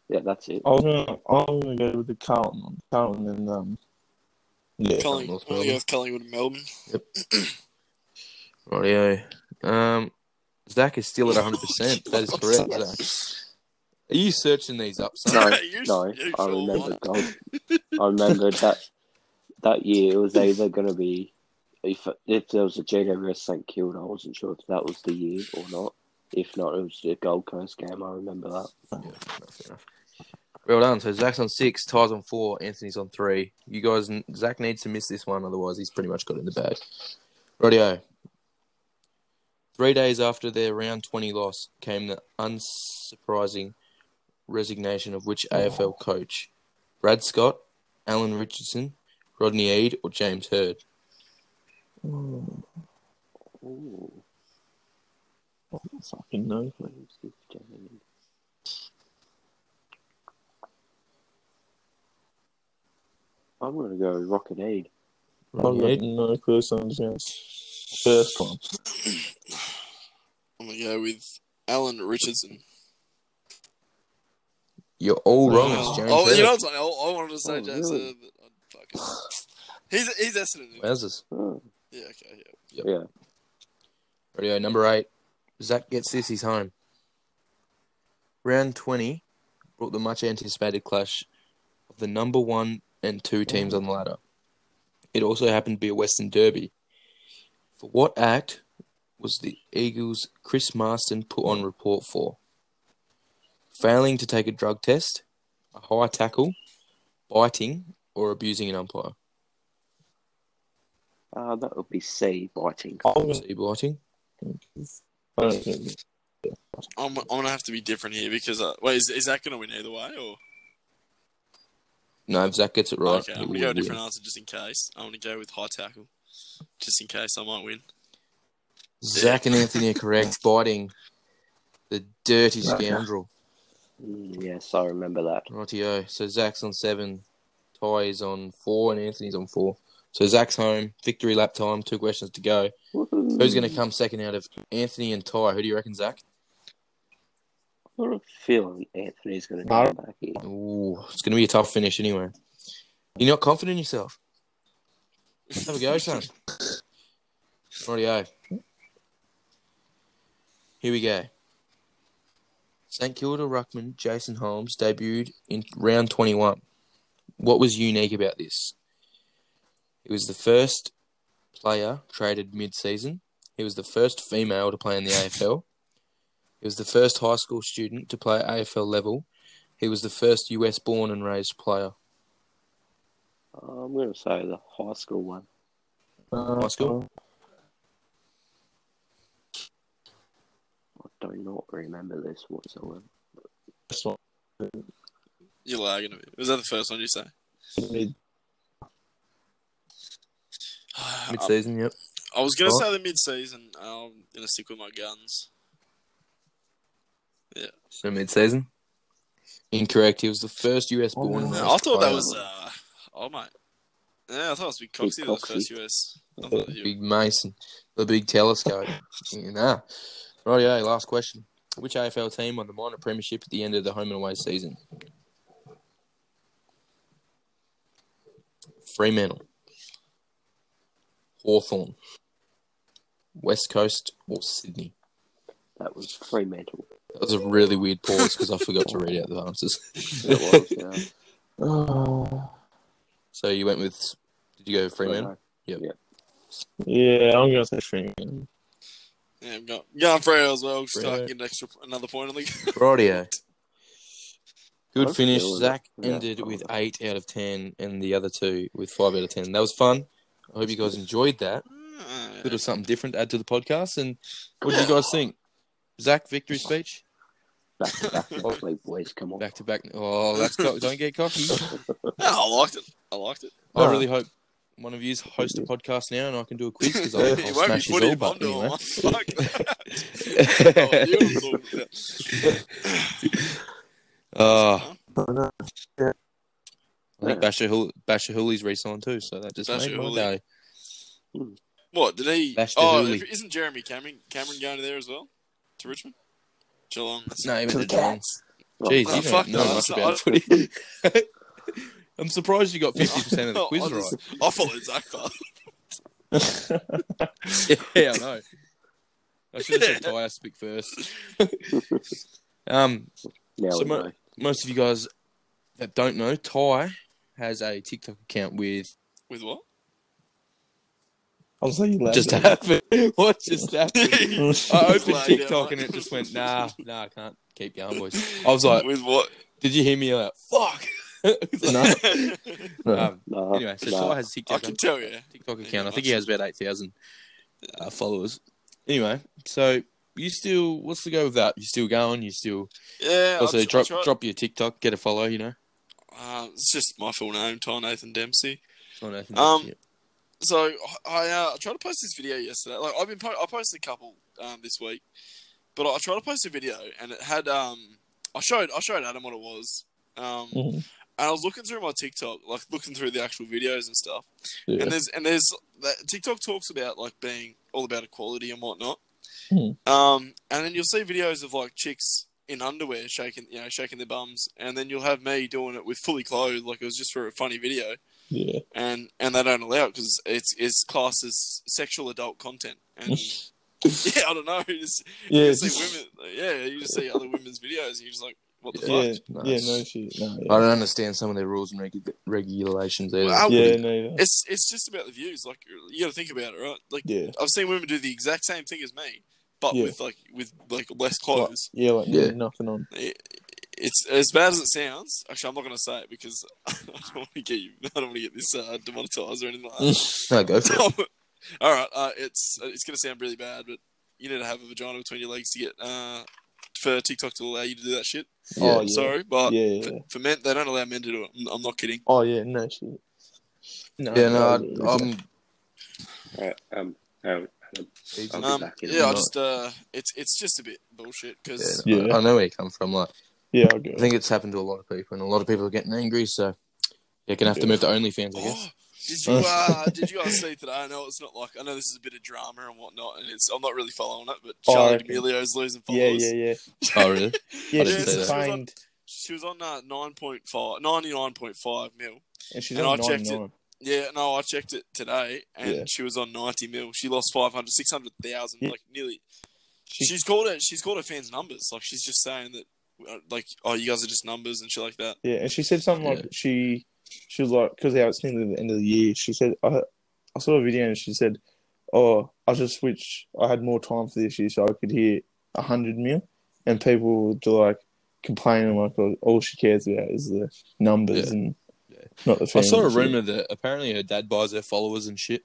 Yeah, that's it.
I was gonna. I was gonna go with the Carlton. one. Carlton and um. Yeah.
Culling, I'm
North
going
Melbourne.
to go with Collingwood and Melbourne.
Rightio. Um, Zach is still at 100%. That is correct, Zach. Are you searching these up, son?
No,
You-
no,
you
I
sure
remember
what?
Gold. I remember that that year it was either gonna be if if there was a GWS St Kilda, I wasn't sure if that was the year or not. If not, it was the Gold Coast game. I remember that.
Yeah, no, fair enough. Well done. So Zach's on six, Ty's on four, Anthony's on three. You guys, Zach needs to miss this one, otherwise he's pretty much got it in the bag. Radio. Three days after their round 20 loss came the unsurprising resignation of which AFL coach? Brad Scott, Alan Richardson, Rodney Eade, or James Hurd?
Oh,
Ooh,
fucking no.
what is this game? I'm gonna go Rocket Aid.
I've got no clue. So I'm just gonna first one.
I'm going to go Oh with Alan Richardson.
You're all wrong. It's
Oh,
James
oh,
Hurd.
you know what's funny? I, I wanted to say
Oh,
James
really?
Hurd, but I fucking... He's, he's Essendon.
Wowzers.
Oh,
Yeah, okay, yeah.
yeah.
Radio uh, number eight. Zach gets this. He's home. Round twenty brought the much anticipated clash of the number one and two teams on the ladder. It also happened to be a Western Derby. For what act was the Eagles' Chris Marston put on report for? Failing to take a drug test, a high tackle, biting, or abusing an umpire?
Uh, that would be C biting.
Was he biting?
I don't think-
I'm, I'm gonna have to be different here because uh, wait, is, is that gonna win either way or?
No, if Zach gets it right,
okay,
it
I'm gonna
would
go a
win.
different answer just in case. I'm gonna go with high tackle, just in case I might win.
Zach and Anthony are correct. biting the dirty
Okay.
scoundrel.
Mm, yes, I remember that.
Rightio. So Zach's on seven, Ty is on four, and Anthony's on four. So Zach's home. Victory lap time. Two questions to go.
Woohoo.
Who's going to come second out of Anthony and Ty? Who do you reckon, Zach?
I've got a feeling Anthony's going to
Mar-
come back in.
Ooh, it's going to be a tough finish anyway. You're not confident in yourself. Have a go, son. Rightio. Here we go. St Kilda Ruckman Jason Holmes debuted in round 21. What was unique about this? He was the first player traded mid season. He was the first female to play in the AFL. He was the first high school student to play at AFL level. He was the first US born and raised player.
Oh, I'm going to say the high school one.
High school?
I do not remember this whatsoever.
That's what
You're lagging a bit. Was that the first one you say?
I need.
Mid season, yep.
Um, I was gonna
What?
say the mid-season. I'm gonna stick with my guns.
So mid season? Incorrect. He was the first US born. and
Oh,
raised
I thought that
player.
was uh, oh mate. Yeah, I thought it was Big Coxie that was
Coxie.
first US. I thought you-
Big Mason, the big telescope. yeah, nah. Right, yeah, last question. Which AFL team won the minor premiership at the end of the home and away season? Fremantle, Hawthorn, West Coast, or Sydney?
That was Fremantle.
That was a really weird pause because I forgot to read out the answers.
It was, yeah.
Oh.
So you went with, did you go Fremantle?
Fremantle.
Yeah, I'm going to say Freeman.
Yeah, I'm going, going for it as well. Just
Right.
can't get an extra another point on the
Radio. Good
I'm
finish.
feeling it.
Zach
Yeah.
ended with eight out of ten, and the other two with five out of ten. That was fun. I hope you guys enjoyed that.
Ah,
Bit of something different to add to the podcast. And what do you guys think? Zach, victory speech.
Back to back to back, boys. Come on.
Oh. Back to back. Oh, that's co- don't get cocky.
No, I liked it. I liked it.
I really hope one of you host a podcast now, and I can do a quiz because I'll, I'll
it won't be
smash his
footy
all
if I'm
button
doing
anyway.
one. Fuck. Oh, you
oh,
were talking about-
Ah, I think Basher Hool- Basher Hooley's re-signed too, so that just
Basher
made my
Hooley.
day.
What did he?
That's the
oh,
Hooli.
isn't Jeremy Cameron Cameron going to there as well? To Richmond, Geelong. That's
No, even the
Well,
Jeez,
Oh,
you
fuck
don't know
no,
much
that's
about footy. I'm surprised you got 50% of the quiz
Oh, I just- I followed Zach. Far.
right. yeah, I know. I should have said Tyre speak first. um,
Now
So
we
my-
know.
most of you guys that don't know, Ty has a TikTok account with
With what?
I'll say you laugh.
just happened. what just happened? I opened
Like, yeah,
TikTok
right.
and it just went, nah, nah, I can't keep going, boys. I was like,
With what?
did you hear me? Like, fuck.
No.
um,
Nah,
anyway, so
nah.
Ty has a
I
TikTok
can tell you.
TikTok account. I think he has about eight thousand uh, followers. Anyway, so you still what's the go with that? You still going? You still
Yeah. I'll
also
tr-
drop
I'll try-
drop your TikTok, get a follow. You know,
Uh, it's just my full name, Ty Nathan Dempsey.
It's not nothing
Um,
shit.
So I uh, I tried to post this video yesterday. Like I've been po- I posted a couple um, this week, but I tried to post a video and it had um I showed I showed Adam what it was. Um,
Mm.
Mhm.
and I was looking through my TikTok, like looking through the actual videos and stuff.
Yeah.
And there's and there's that TikTok talks about like being all about equality and whatnot.
Hmm.
Um, and then you'll see videos of like chicks in underwear shaking, you know, shaking their bums, and then you'll have me doing it with fully clothed, like it was just for a funny video,
Yeah.
and and they don't allow it because it's it's classed as sexual adult content, and yeah, I don't know. You just, you
Yeah,
just see women. Yeah, you just see other women's videos. And you're just like, what the
yeah,
fuck?
yeah,
Nice.
no shit, no,
I
yeah,
don't understand some of their rules and regu- regulations either.
Well, I
yeah, no, no.
It's it's just about the views. Like you got to think about it, right? Like
yeah,
I've seen women do the exact same thing as me, but
Yeah.
with like with like less
like,
clothes.
yeah, like
Yeah.
nothing on.
It- it's as bad as it sounds. Actually, I'm not going to say it because I don't want to get you. I don't want to get this uh, demonetized or anything like that.
no, go for it.
So, all right, uh, it's it's going to sound really bad, but you need to have a vagina between your legs to get uh, for TikTok to allow you to do that shit.
Yeah.
Oh, yeah.
Sorry, uh, but
yeah, yeah.
for, for men, they don't allow men to do it. I'm, I'm not kidding.
Oh yeah, no shit. No,
Yeah, no,
yeah,
I,
yeah.
I'm
Right, um, um, I'll be
Um,
back in a
yeah, I
minute.
just uh, it's it's just a bit bullshit because
yeah, no,
Yeah.
I, I know where you come from. Like,
yeah, I'll go.
I think it's happened to a lot of people, and a lot of people are getting angry. So, you're gonna have to
Yeah.
move to OnlyFans, I guess.
Oh, did you uh, did you guys see today? I know it's not like I know this is a bit of drama and whatnot, and it's I'm not really following it, but
Oh, I
Charlie
reckon-
D'Amelio's losing
yeah,
followers.
yeah, yeah,
Oh, really?
yeah.
didn't say that.
She's fined,
She was on uh, 9.5, 99.5 mil.
and she's
And
on
I checked it.
nine nine.
Yeah, no, I checked it today, and
Yeah.
she was on 90 mil. She lost 500, 600,000,
Yeah.
like nearly.
She-
she's called her. She's called her fans numbers. Like she's just saying that, uh, like, oh, you guys are just numbers and shit like that.
Yeah, and she said something like
Yeah.
she she was like because how it's nearly the end of the year. She said I I saw a video and she said, "Oh, I just wish I had more time for this year so I could hear a hundred mil." And people would like complaining like all- all she cares about is the numbers
Yeah.
and
Yeah.
not the.
I saw a
fans.
rumor that apparently her dad buys her followers and shit.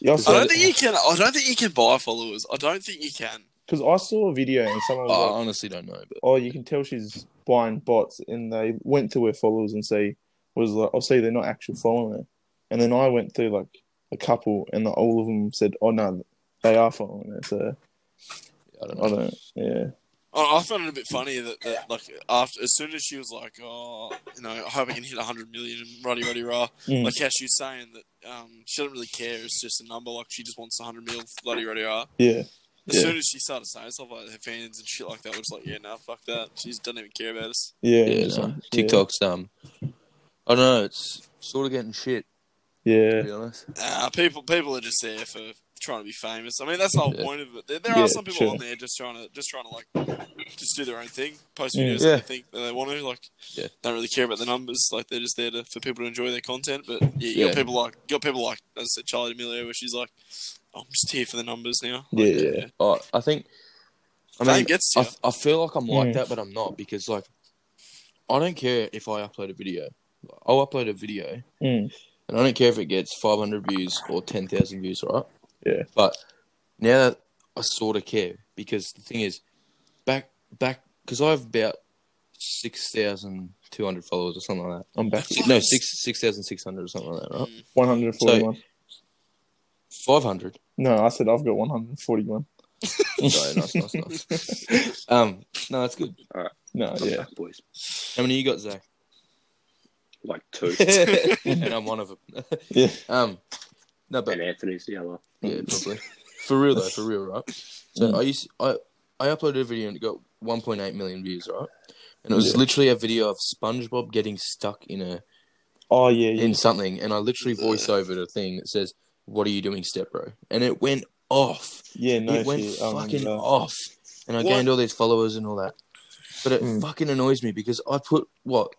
Yeah, I
I
saw
don't think you can. I don't think you can buy followers. I don't think you can.
because I saw a video and someone was
Oh,
like,
I honestly don't know, but
oh, you can tell she's buying bots, and they went to her followers and say, was like, oh, see, they're not actually following her. And then I went through like a couple, and like, all of them said, oh no, they are following her. So
yeah, I don't
I
know.
don't, yeah,
I I found it a bit funny that, that like after as soon as she was like, oh, you know, I hope I can hit 100 million and ruddy ruddy rah,
Mm.
like how she was saying that um, she doesn't really care. It's just a number. Like she just wants 100 mil, bloody ruddy rah.
yeah,
As
Yeah.
soon as she started saying stuff like her fans and shit like that, we're just like, yeah, nah, fuck that. She just doesn't even care about us.
yeah,
Yeah,
just
no.
like-
TikTok's um, I don't know. It's sort of getting shit.
yeah,
To be honest,
Nah, people people are just there for trying to be famous. I mean, that's the whole
Yeah.
point of it. There, there
Yeah,
are some people
sure.
on there just trying to just trying to like just do their own thing, post
Mm.
videos
Yeah.
that they think that they want to. Like,
Yeah.
don't really care about the numbers. Like, they're just there to, for people to enjoy their content. But yeah, you
Yeah.
got people like you got people like as I said, Charlie D'Amelio, where she's like, I'm just here for the numbers now.
yeah,
Like,
yeah, yeah,
oh, I think. I
Fame
mean,
gets to
I,
you.
I feel like I'm like
Mm.
that, but I'm not because like I don't care if I upload a video. I'll upload a video,
Mm.
and I don't care if it gets 500 views or 10,000 views, right?
Yeah.
But now that I sort of care because the thing is, back back because I have about 6,200 followers or something like
I'm back
that. No, six six thousand six hundred or something like that, right?
Mm.
141.
500.
no, I said I've got 141.
Sorry, nice, nice, nice. Um, no, that's good.
No,
I'm
yeah,
back, boys.
How many you got, Zach?
Like two.
and I'm one of them.
yeah,
Um, no, but
and Anthony's the other.
Yeah, probably. for real though, for real, right? So I used I I uploaded a video and it got 1.8 million views, right? And it was
Yeah.
literally a video of SpongeBob getting stuck in a
oh, yeah, yeah,
in something, and I literally voice overed a thing that says, "What are you doing, step bro?" And it went off.
yeah, no,
it went
shit. Oh, I remember
fucking
that.
off, and I
What?
gained all these followers and all that. But it
Mm.
fucking annoys me because I put what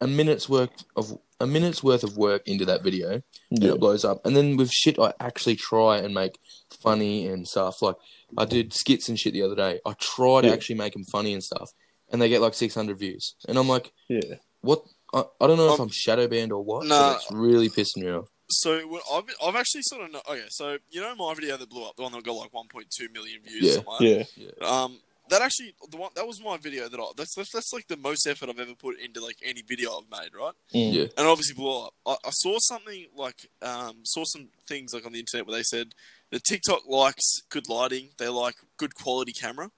a minute's work of a minute's worth of work into that video, and
yeah,
it blows up. And then with shit, I actually try and make funny and stuff. Like I did skits and shit the other day. I try to
Yeah.
actually make them funny and stuff, and they get like 600 views. And I'm like,
yeah,
what? I, I don't know if
Um,
I'm shadow banned or what.
nah.
but it's really pissing me off.
So when I've, I've actually sort of know, okay. So you know my video that blew up, the one that got like 1.2 million views.
Yeah.
or something like that?
yeah,
Um, that actually the one that was my video that I that's, that's that's like the most effort I've ever put into like any video I've made, right?
Mm.
Yeah.
And it obviously blew up. I, I saw something like um saw some things like on the internet where they said that TikTok likes good lighting, they like good quality camera.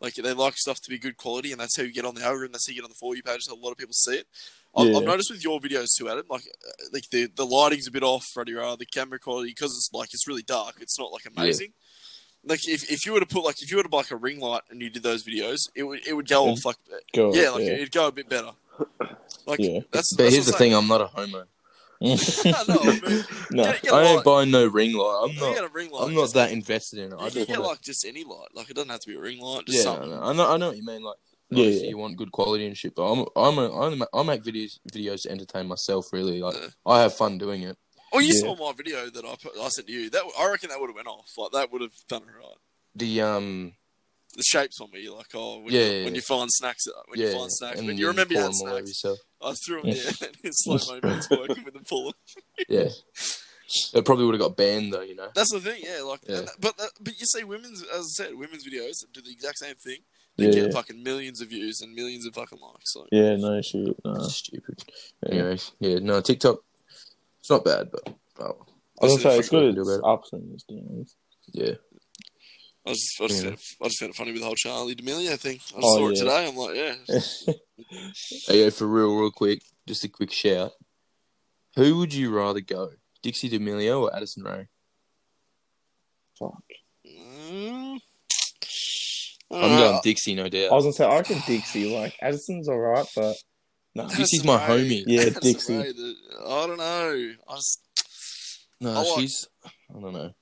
Like they like stuff to be good quality, and that's how you get on the algorithm. That's how you get on the for you page. So a lot of people see it. I've,
Yeah.
I've noticed with your videos too, Adam. Like, uh, like the the lighting's a bit off, Freddy. Ra, the camera quality because it's like it's really dark. It's not like amazing. Like if, if you were to put like if you were to buy like a ring light and you did those videos, it would it would go off like
Go on,
yeah, like
Oh, yeah.
it'd go a bit better. Like
Yeah.
that's
But
that's
here's the
what I'm saying.
thing: I'm not a homo.
no, I mean,
no.
get, get a
I
light.
don't buy no ring light. I'm
You can
not.
get a ring light.
I'm not that invested in it. I
You can
just
get
want
like just any light. Like it doesn't have to be a ring light. Just
Yeah, no,
something.
no. I know. I know what you mean. Like,
Yeah,
obviously
yeah.
you want good quality and shit. But I'm. I'm. A, I ma- I make videos. Videos to entertain myself. Really. Like,
Yeah.
I have fun doing it.
Well, you
Yeah.
saw my video that I put, I sent you. That I reckon that would have went off. Like that would have done it right.
The um.
The shapes on me, you're like oh, when,
Yeah,
you,
yeah,
when
yeah.
you find snacks, uh, when
yeah.
you find snacks,
and
when
then
you remember you
pour
had
them all over
snacks,
yourself.
I threw them yeah. in in slow mo. but It's working with the pull.
Yeah. it probably would have got banned though. You know.
That's the thing, yeah. Like,
Yeah.
And that, but that, but you see, women's as I said, women's videos that do the exact same thing. They
Yeah,
get
yeah.
fucking millions of views and millions of fucking likes. Like,
Yeah, no shit. No.
Stupid.
Yeah.
Anyways, yeah. No TikTok. It's not bad, but oh,
I was gonna say it's
Fuck, we can
good.
do
It's
better.
ups and its downs.
yeah.
I just, I just,
Yeah.
found it, I just found it funny with the whole Charlie D'Amelio thing. I just
Oh,
saw it
yeah.
today. I'm like, yeah,
Hey, yo, for real, real quick, just a quick shout. Who would you rather go, Dixie D'Amelio or Addison Ray?
Fuck.
Mm. Uh, I
I'm
don't know.
going Dixie, no
I
doubt.
was gonna say I reckon Dixie. Like Addison's alright, but no.
Addison
Dixie's my
Rae-
homie.
Yeah,
Addison
Dixie.
Rae, the- I don't know. I just,
No,
I like-
she's. I don't know.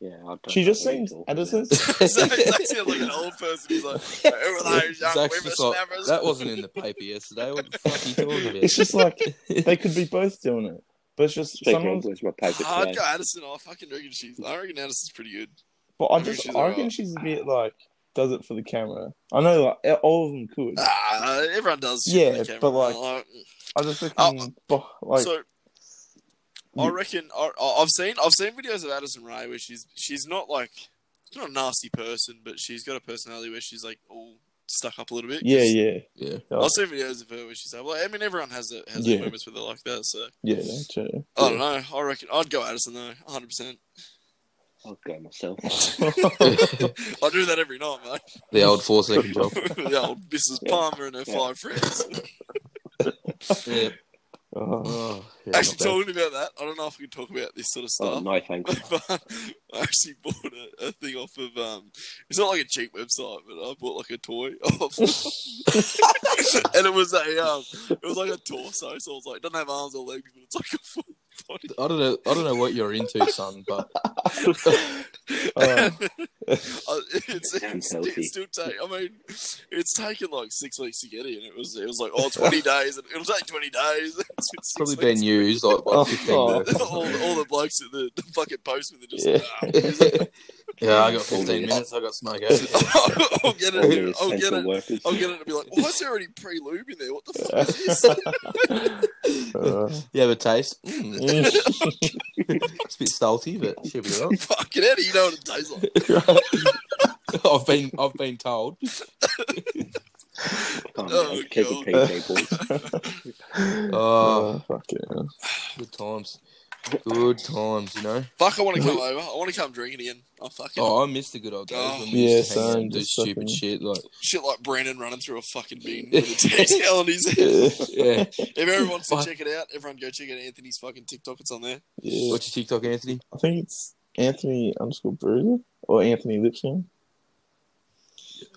Yeah, I don't
She
know
just
what you're
seems
talking about.
Addison's.
Zach Zach sounds like an old person. He's like, who are those young
Zach's just like,
whippersnappers?
that wasn't in the paper yesterday. What the fuck are you talking about?
It's just like they could be both doing it, but it's just
Speaking
someone.
of which, my paper
Ah, I'd
today.
go Addison. I fucking reckon she's. I reckon Addison's pretty good.
But I
Maybe
just
she's
I reckon
alright.
she's a bit like does it for the camera. I know like all of them could.
Ah, everyone does. shit
Yeah,
for the camera.
but like-
Like,
I just reckon bo- like
so I reckon I, I- I've seen I've seen videos of Addison Ray where she's she's not like she's not a nasty person, but she's got a personality where she's like all stuck up a little bit. 'Cause
yeah, yeah,
yeah.
I've seen videos of her where she's like, well, I mean, everyone has a, has
Yeah.
their moments with her like that. So
yeah, that's true.
I don't know. I reckon I'd go Addison though, hundred percent.
I'll go myself.
I do that every night, mate.
the old four second job.
with the old Mrs. Palmer and her
Yeah.
five friends.
Yeah.
Oh,
Oh, yeah,
Actually,
not
talking about that, I don't know if we can talk about this sort of
Oh,
stuff.
no, thanks.
but uh, I actually bought a, a thing off of um, it's not like a cheap website, but I bought like a toy off, and it was a um, it was like a torso, so I was like, it doesn't have arms or legs, but it's like a full body.
bad. I don't know. I don't know what you're into, son, but Oh.
Uh,
Uh, it's,
Sounds
it's,
healthy.
it's still take. I mean, it's taken like six weeks to get it, and it was it was like oh 20 days, and it'll take twenty days. It's been six
probably
weeks.
been used like by
Oh.
15 minutes.
all, all the blokes at the, the fucking postman they're just like, "Ah,
Yeah, I got 15 minutes. I got smoke out.
I'll, I'll get
All your
it. I'll get
essential
it.
workers.
I'll get it and be like, why is there already pre lube in there? What the fuck is this?
uh,
You have a taste. Mm. It's a bit salty, but should be alright.
Fucking Eddie, you know what it tastes like.
I've been I've been told.
Calm
Oh,
down. Keep
God.
it PG, boys.
Oh,
fuck yeah.
good times, good times. You know.
Fuck, I want to come over. I want to come drinking again. I'm fucking
Oh, I miss the good old days when we
Yeah,
used to hang out
same,
and do
just
stupid
fucking-
shit. Like,
shit like Brandon running through a fucking bin with a tail on his head.
Yeah,
yeah.
If everyone wants to
Fuck.
check it out, everyone go check out Anthony's fucking TikTok. It's on there.
yeah.
What's your TikTok, Anthony?
I think it's Anthony underscore Bruiser or Anthony Lipscomb.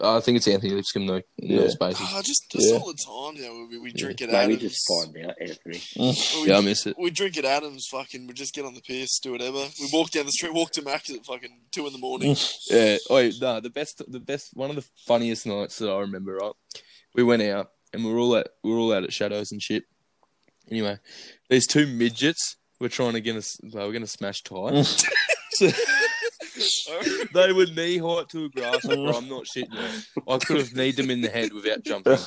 Uh, I think it's Anthony Lipscomb though. In
Yeah.
those spaces.
Ah, just just
Yeah.
all the time. Yeah, we, we drink it at
Maybe
Adams.
just find out, Anthony.
We,
Yeah, I miss it.
we drink at Adams. Fucking, we just get on the piss, do whatever. We walk down the street, walk to Max at fucking two in the morning.
Yeah. Oh, no. The best. The best. One of the funniest nights that I remember. Right. We went out and we were all at we were all out at shadows and shit. Anyway, these two midgets were trying to get us. They were going to smash tire. So- They were knee height to a grasshopper. I'm not shitting you. I could have kneed them in the head without jumping.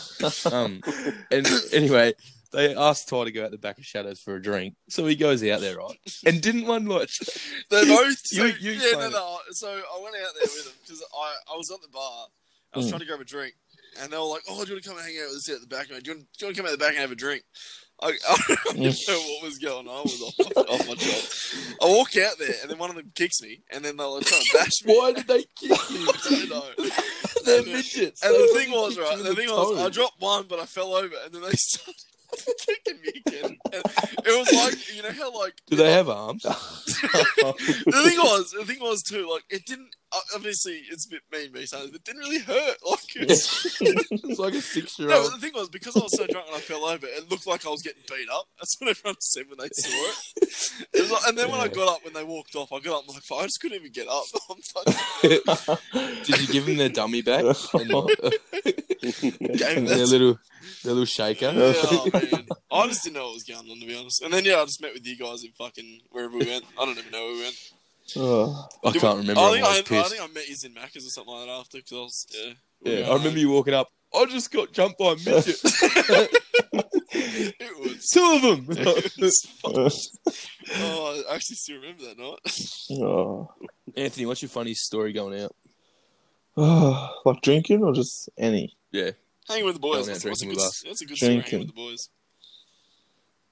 Um, and anyway, they asked Ty to go out the back of Shadows for a drink. So he goes out there, right? And didn't one like
They both. So,
You- you
yeah, no,
explain
no. So I went out there with them because I, I was at the bar. I was
Mm.
trying to grab a drink, and they were like, "Oh, do you want to come and hang out with us here at the back? Mate? Do, you want, do you want to come out the back and have a drink?" I, I don't know what was going on. I was off, my- off my job. I walk out there, and then one of them kicks me, and then they're like trying to bash me.
why did they kick you?
I don't know.
They're
And the-
midgets.
And
They
the
were
thing was,
kicking
right,
you
the
in
thing was,
toe.
I dropped one, but I fell over, and then they started kicking me again. And it was like, you know how, like,
Do they have arms?
the thing was, the thing was, too, like, it didn't, o- obviously it's a bit mean me saying, this, but it didn't really hurt. Like it was,
It's like a six year
no,
old.
but the thing was because I was so drunk and I fell over, it looked like I was getting beat up. That's what everyone said when they saw it. It was like, and then when I
Yeah.
got up, when they walked off, I got up and like I just couldn't even get up. I'm like,
Did you give them their dummy back? And their
Damn, that's-
little, their little shaker.
yeah, oh, man. I just didn't know what was going on to be honest. And then yeah, I just met with you guys in fucking wherever we went. I don't even know where we went.
Oh,
I
Did
can't
we-
remember.
I
I,
think
I
I,
was
I,
pissed.
think I met you in Macca's or something like that after because I was yeah.
yeah, I remember you walking up. I just got jumped by a midget.
It was.
Two of them.
It was
oh,
Oh, I actually still remember that night.
oh.
Anthony, what's your funniest story going out?
Oh, like drinking or just any?
Yeah.
Hanging with the boys.
Going out
That's, that's a
drinking
good,
with us.
that's a good story. Hanging
Drinking.
with the boys.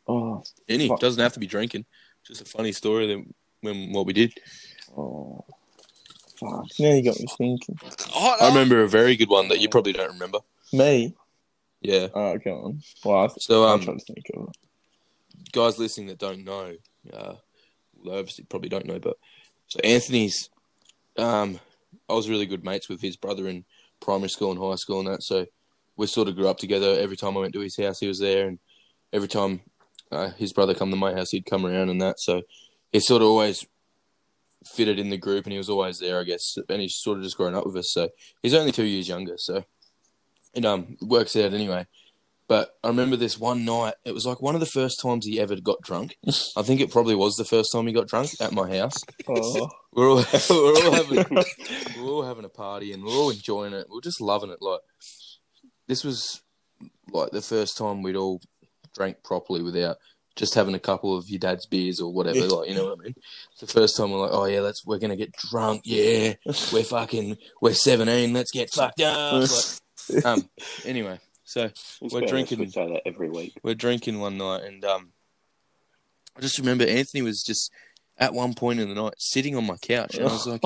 Oh,
Any.
Fuck.
Doesn't have to be drinking. Just a funny story that when what we did.
oh, fuck. Now you got me thinking.
Oh,
I remember a very good one that you probably don't remember.
Me?
Yeah.
Oh, go on. Well, I th-
So
I'm
um,
trying to think of it.
guys listening that don't know, uh, well, they obviously probably don't know, but so Anthony's, um, I was really good mates with his brother in primary school and high school and that, so we sort of grew up together. Every time I went to his house, he was there, and every time uh, his brother come to my house, he'd come around and that. So he sort of always fitted in the group, and he was always there, I guess. And he's sort of just grown up with us, so he's only two years younger, so it um works out anyway. But I remember this one night, it was like one of the first times he ever got drunk. I think it probably was the first time he got drunk at my house.
Oh,
We're all, we're all having we're all having a party and we're all enjoying it. We're just loving it. Like this was like the first time we'd all drank properly without just having a couple of your dad's beers or whatever.
Yeah.
Like you know what I mean? It's the first time we're like, oh yeah, let's we're gonna get drunk. Yeah, we're fucking we're seventeen. Let's get fucked
Oh.
up. Like, um. Anyway, so We're drinking-
We say that every week.
we're drinking one night and um I just remember Anthony was just at one point in the night sitting on my couch and I was like,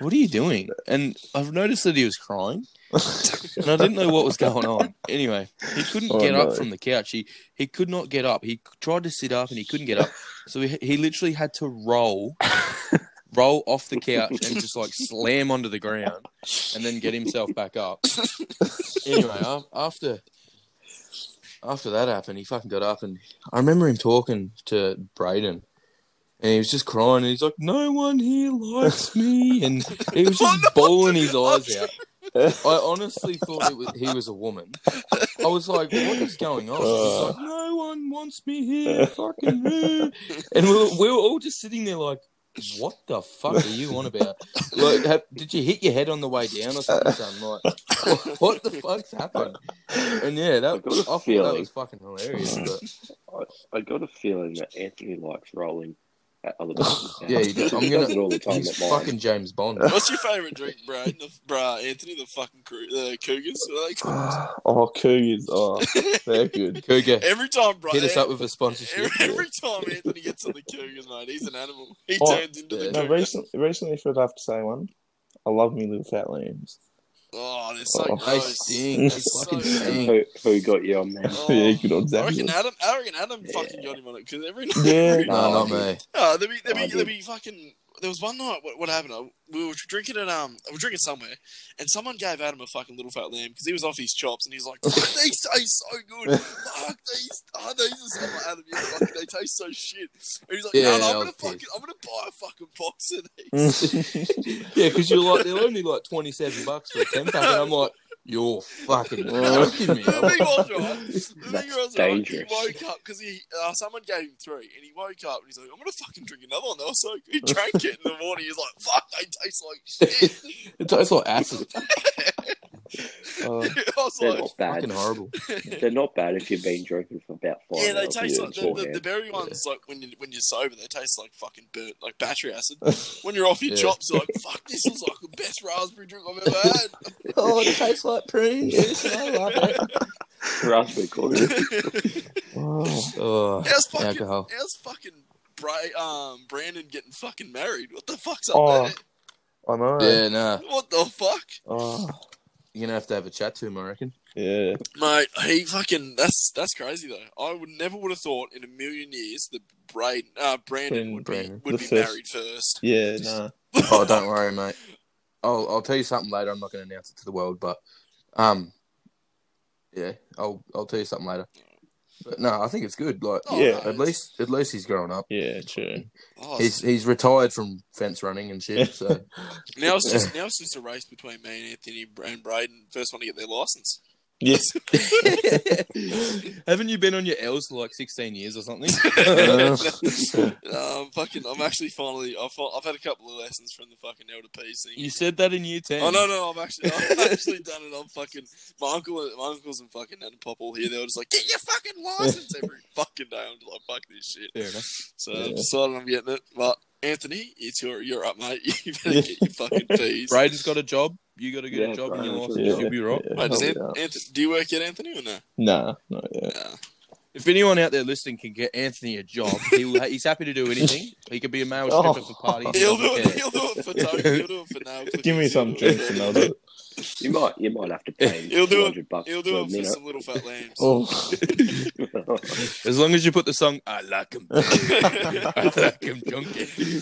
What are you doing? And I've noticed that he was crying and I didn't know what was going on. Anyway, he couldn't
Oh,
get
no.
up from the couch. He he could not get up. He tried to sit up and he couldn't get up. So he, he literally had to roll roll off the couch and just like slam onto the ground and then get himself back up. anyway, af- after after that happened, he fucking got up and I remember him talking to Braden. And he was just crying, and he's like, "No one here likes me," and he was just bawling his eyes out. I honestly thought it was, he was a woman. I was like, "What is going on?" He's like, "No one wants me here, fucking." eh." And we were, we were all just sitting there like, "What the fuck are you on about? Like, ha- did you hit your head on the way down or something?" Son? Like, what, what the fuck's happened? And yeah, that I
I've got a
thought that
feeling.
was fucking hilarious. But
I got a feeling that Anthony likes rolling at other people's
Yeah,
houses.
he does. I'm
He
gonna-
does it all the time
he's
at mine.
fucking James Bond.
What's your favourite drink, Brad? The, bruh, Anthony, the fucking cru- the Cougars. Are they called?
oh, Cougars. Oh, they're good.
Cougar,
every time, Brad.
hit us up with a sponsorship.
Every, every time Anthony gets on the Cougars, mate, he's an animal. He
Oh,
turns into the
yeah.
No,
Cougar.
recently, recently, if I'd have to say one, I love me little fat lambs.
Oh, they're so
Oh,
They
gross.
stink. They
So
fucking
gross.
stink.
Who, who got you on that?
Oh,
yeah, good on
I reckon
Zambia.
Adam. I reckon Adam fucking got him on it because every night.
Yeah.
every
No,
night-
not me.
No, there'd be, there'd,
Oh, I
be, there'd
did.
be fucking. There was one night. What, what happened? I, we were drinking at um. We were drinking somewhere, and someone gave Adam a fucking little fat lamb because he was off his chops, and he's like, "Fuck, "These taste so good. Fuck these. Oh, these are so like, Adam. You fucking, they taste so shit." And he's like,
Yeah,
"No, no,
I
I'm gonna
was
fucking.
pissed.
I'm gonna buy a fucking box of these."
Mm.
Yeah, because you're like they're only like twenty seven bucks for a ten pack, and I'm like, you're fucking joking me.
The thing was, right? The thing
That's
was, right,
dangerous.
He woke up because he uh, someone gave him three, and he woke up and he's like, "I'm gonna fucking drink another one." That was so good. He drank it in the morning. He's like, "Fuck, they taste like shit."
It tastes like acid.
Oh,
I was
They're
like,
not bad.
Fucking horrible.
They're not bad if you've been drinking for about five.
"Yeah, they
hours
taste like the, the,
beforehand.
the berry ones. Like when you when you're sober, they taste like fucking burnt, like battery acid. When you're off your
Yeah.
chops, you're like, "Fuck, this is like the best raspberry drink I've ever had."
Oh, it tastes like prune juice. And I love it.
For us, we call it
oh.
Oh,
How's fucking
alcohol.
how's fucking Bra- um Brandon getting fucking married? What the fuck's up
Oh.
there?
I know.
Yeah, nah.
What the fuck?
Oh,
You're gonna have to have a chat to him, I reckon.
yeah.
Mate, he fucking that's that's crazy though. I would never would have thought in a million years that Braden, uh, Brandon would be
Brandon.
would
The
be
first-
married first.
Yeah, no.
Oh, don't worry, mate. I'll I'll tell you something later. I'm not going to announce it to the world, but um, yeah, I'll I'll tell you something later. But no, I think it's good. Like
Oh,
Yeah.
no,
at
it's-
least at least he's grown up.
Yeah, true.
oh,
He's
it's-
he's retired from fence running and shit. So
now it's just now it's just a race between me and Anthony and Braden. First one to get their license.
Yes.
haven't you been on your L's for like 16 years or something?
Uh.
Um, fucking, I'm actually finally. I've, I've had a couple of lessons from the fucking elder P's thing.
you said that in year 10.
Oh no, no, I've actually, I've actually done it. I'm fucking. My uncle, my uncles and fucking and pop all here. They were just like, get your fucking license every fucking day. I'm just like, fuck this shit.
Fair enough.
So
Yeah.
I've decided I'm getting it. But Anthony, it's your, you're up, mate. You better get your fucking P's.
Braden's got a job. You got to get
Yeah,
a job in your life.
Braden's got a
Yeah.
You'll be right.
Yeah,
Mate, does
help
Ant-
me out.
Anthony, do you work at Anthony or no?
Nah, not yet.
Nah.
If anyone out there listening can get Anthony a job, he'll, he's happy to do anything. He could be a male stripper for parties. He
He'll do
doesn't
it.
care.
He'll do it for Tony. He'll do it for now.
Give me some drinks and I'll do it.
You might, you might have to pay him
He'll do it.
two hundred bucks
He'll
for
do
a
it for
minute.
some little fat lambs.
Oh,
As long as you put the song, I like him.
oh
I like him junkie.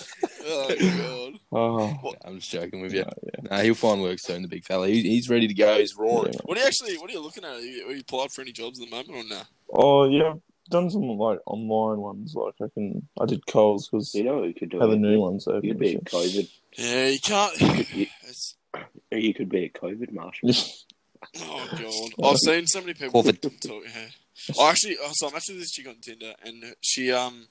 god.
oh.
I'm just joking with you. Nah, he'll find work soon, the big fella. He, he's ready to go. He's roaring.
What are you actually? What are you looking at? Are you, are you applied for any jobs at the moment or nah?
Oh yeah, I've done some like online ones. Like I can, I did Coles because
You know what you could do?
how the new ones open.
You'd
and
be a
shit.
COVID.
Yeah, you can't.
you-
It's-
You could be a COVID marshal.
oh god, I've seen so many people talk. Yeah. I actually, oh, so I'm actually this chick on Tinder, and she um,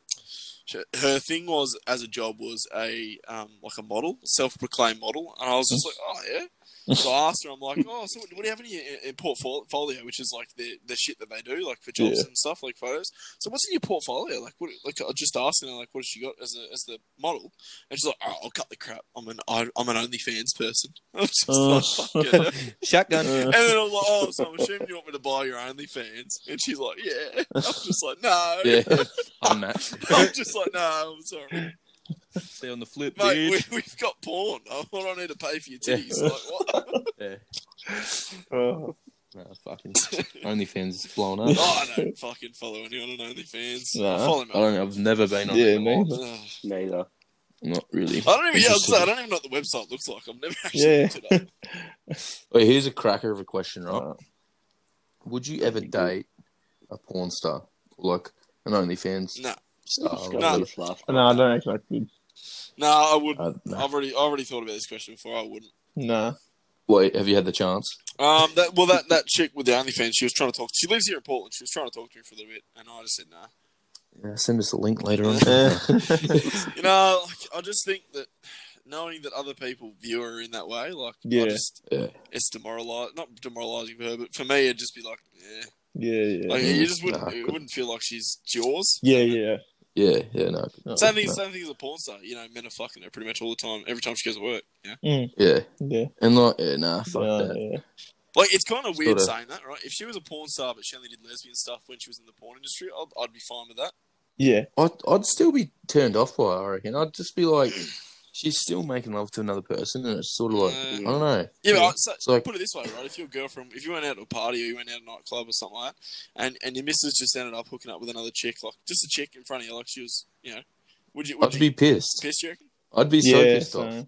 she, her thing was as a job was a um like a model, self-proclaimed model, and I was just like, oh yeah. So I asked her, I'm like, oh, so what do you have any in- in portfolio, which is like the the shit that they do, like for jobs
Yeah.
and stuff, like photos. So what's in your portfolio? Like, what? Like, I just asking her, like, what has she got as a as the model? And she's like, oh, I'll cut the crap. I'm an I, I'm an OnlyFans person. I'm just
Uh.
like, fuck yeah.
Shotgun.
Uh,
And then I was like, oh, so I'm assuming you want me to buy your OnlyFans. And she's like, yeah. I'm just like, no.
Yeah, I'm that.
I'm just like, no, I'm sorry.
Stay on the flip,
Mate,
dude.
we, we've got porn. I don't need to pay for your
Yeah.
titties. Like, what?
Yeah.
oh,
Nah, fucking OnlyFans is blown up.
Oh, I don't fucking follow anyone on OnlyFans.
Nah.
I follow
I
me.
don't. I've never been on.
Yeah,
it.
me.
Ugh.
Neither.
Not really.
I don't even. Yeah, I'm
Interesting.
sorry, I don't even know what the website looks like. I've never actually
Yeah.
looked it up.
Wait, here's a cracker of a question, right?
uh,
Would you ever date a porn star, like an OnlyFans
No,
star?
Just
or
go
no.
with
whatever?
this last
Oh, no, I
one.
don't reckon I could.
no, I wouldn't.
Uh, nah.
I've already, I already thought about this question before. I wouldn't.
nah.
Wait, have you had the chance?
Um, that well, that that chick with the OnlyFans, she was trying to talk. She lives here in Portland. She was trying to talk to me for a little bit, and I just said, nah.
Yeah, send us a link later on.
Eh.
you know, like, I just think that knowing that other people view her in that way, like,
Yeah.
I just,
Yeah.
it's demoralizing. Not demoralizing for her, but for me, it'd just be like, yeah,
yeah, yeah,
like
Mm,
you just wouldn't,
nah,
it
good.
wouldn't feel like she's yours.
yeah, yeah.
yeah, yeah, no,
No,
Same thing,
nah.
same thing as a porn star. You know, men are fucking her pretty much all the time. Every time she goes to work, yeah.
yeah,
yeah,
and like, yeah, nah, fuck
yeah,
that.
yeah.
Like it's kind of weird
Sorta.
saying that, right? If she was a porn star but she only did lesbian stuff when she was in the porn industry, I'd, I'd be fine with that.
yeah.
I'd, I'd still be turned off by her. I reckon. I'd just be like, she's still making love to another person, and it's sort of like, I
Uh,
don't know.
Yeah,
Yeah.
But, so,
It's like,
put it this way, right? If your girlfriend, if you went out to a party or you went out to a nightclub or something like that, and, and your missus just ended up hooking up with another chick, like just a chick in front of you, like she was, you know, would you, would
I'd
you
be
be
pissed.
pissed, you reckon?
I'd be so
yeah,
pissed off.
so-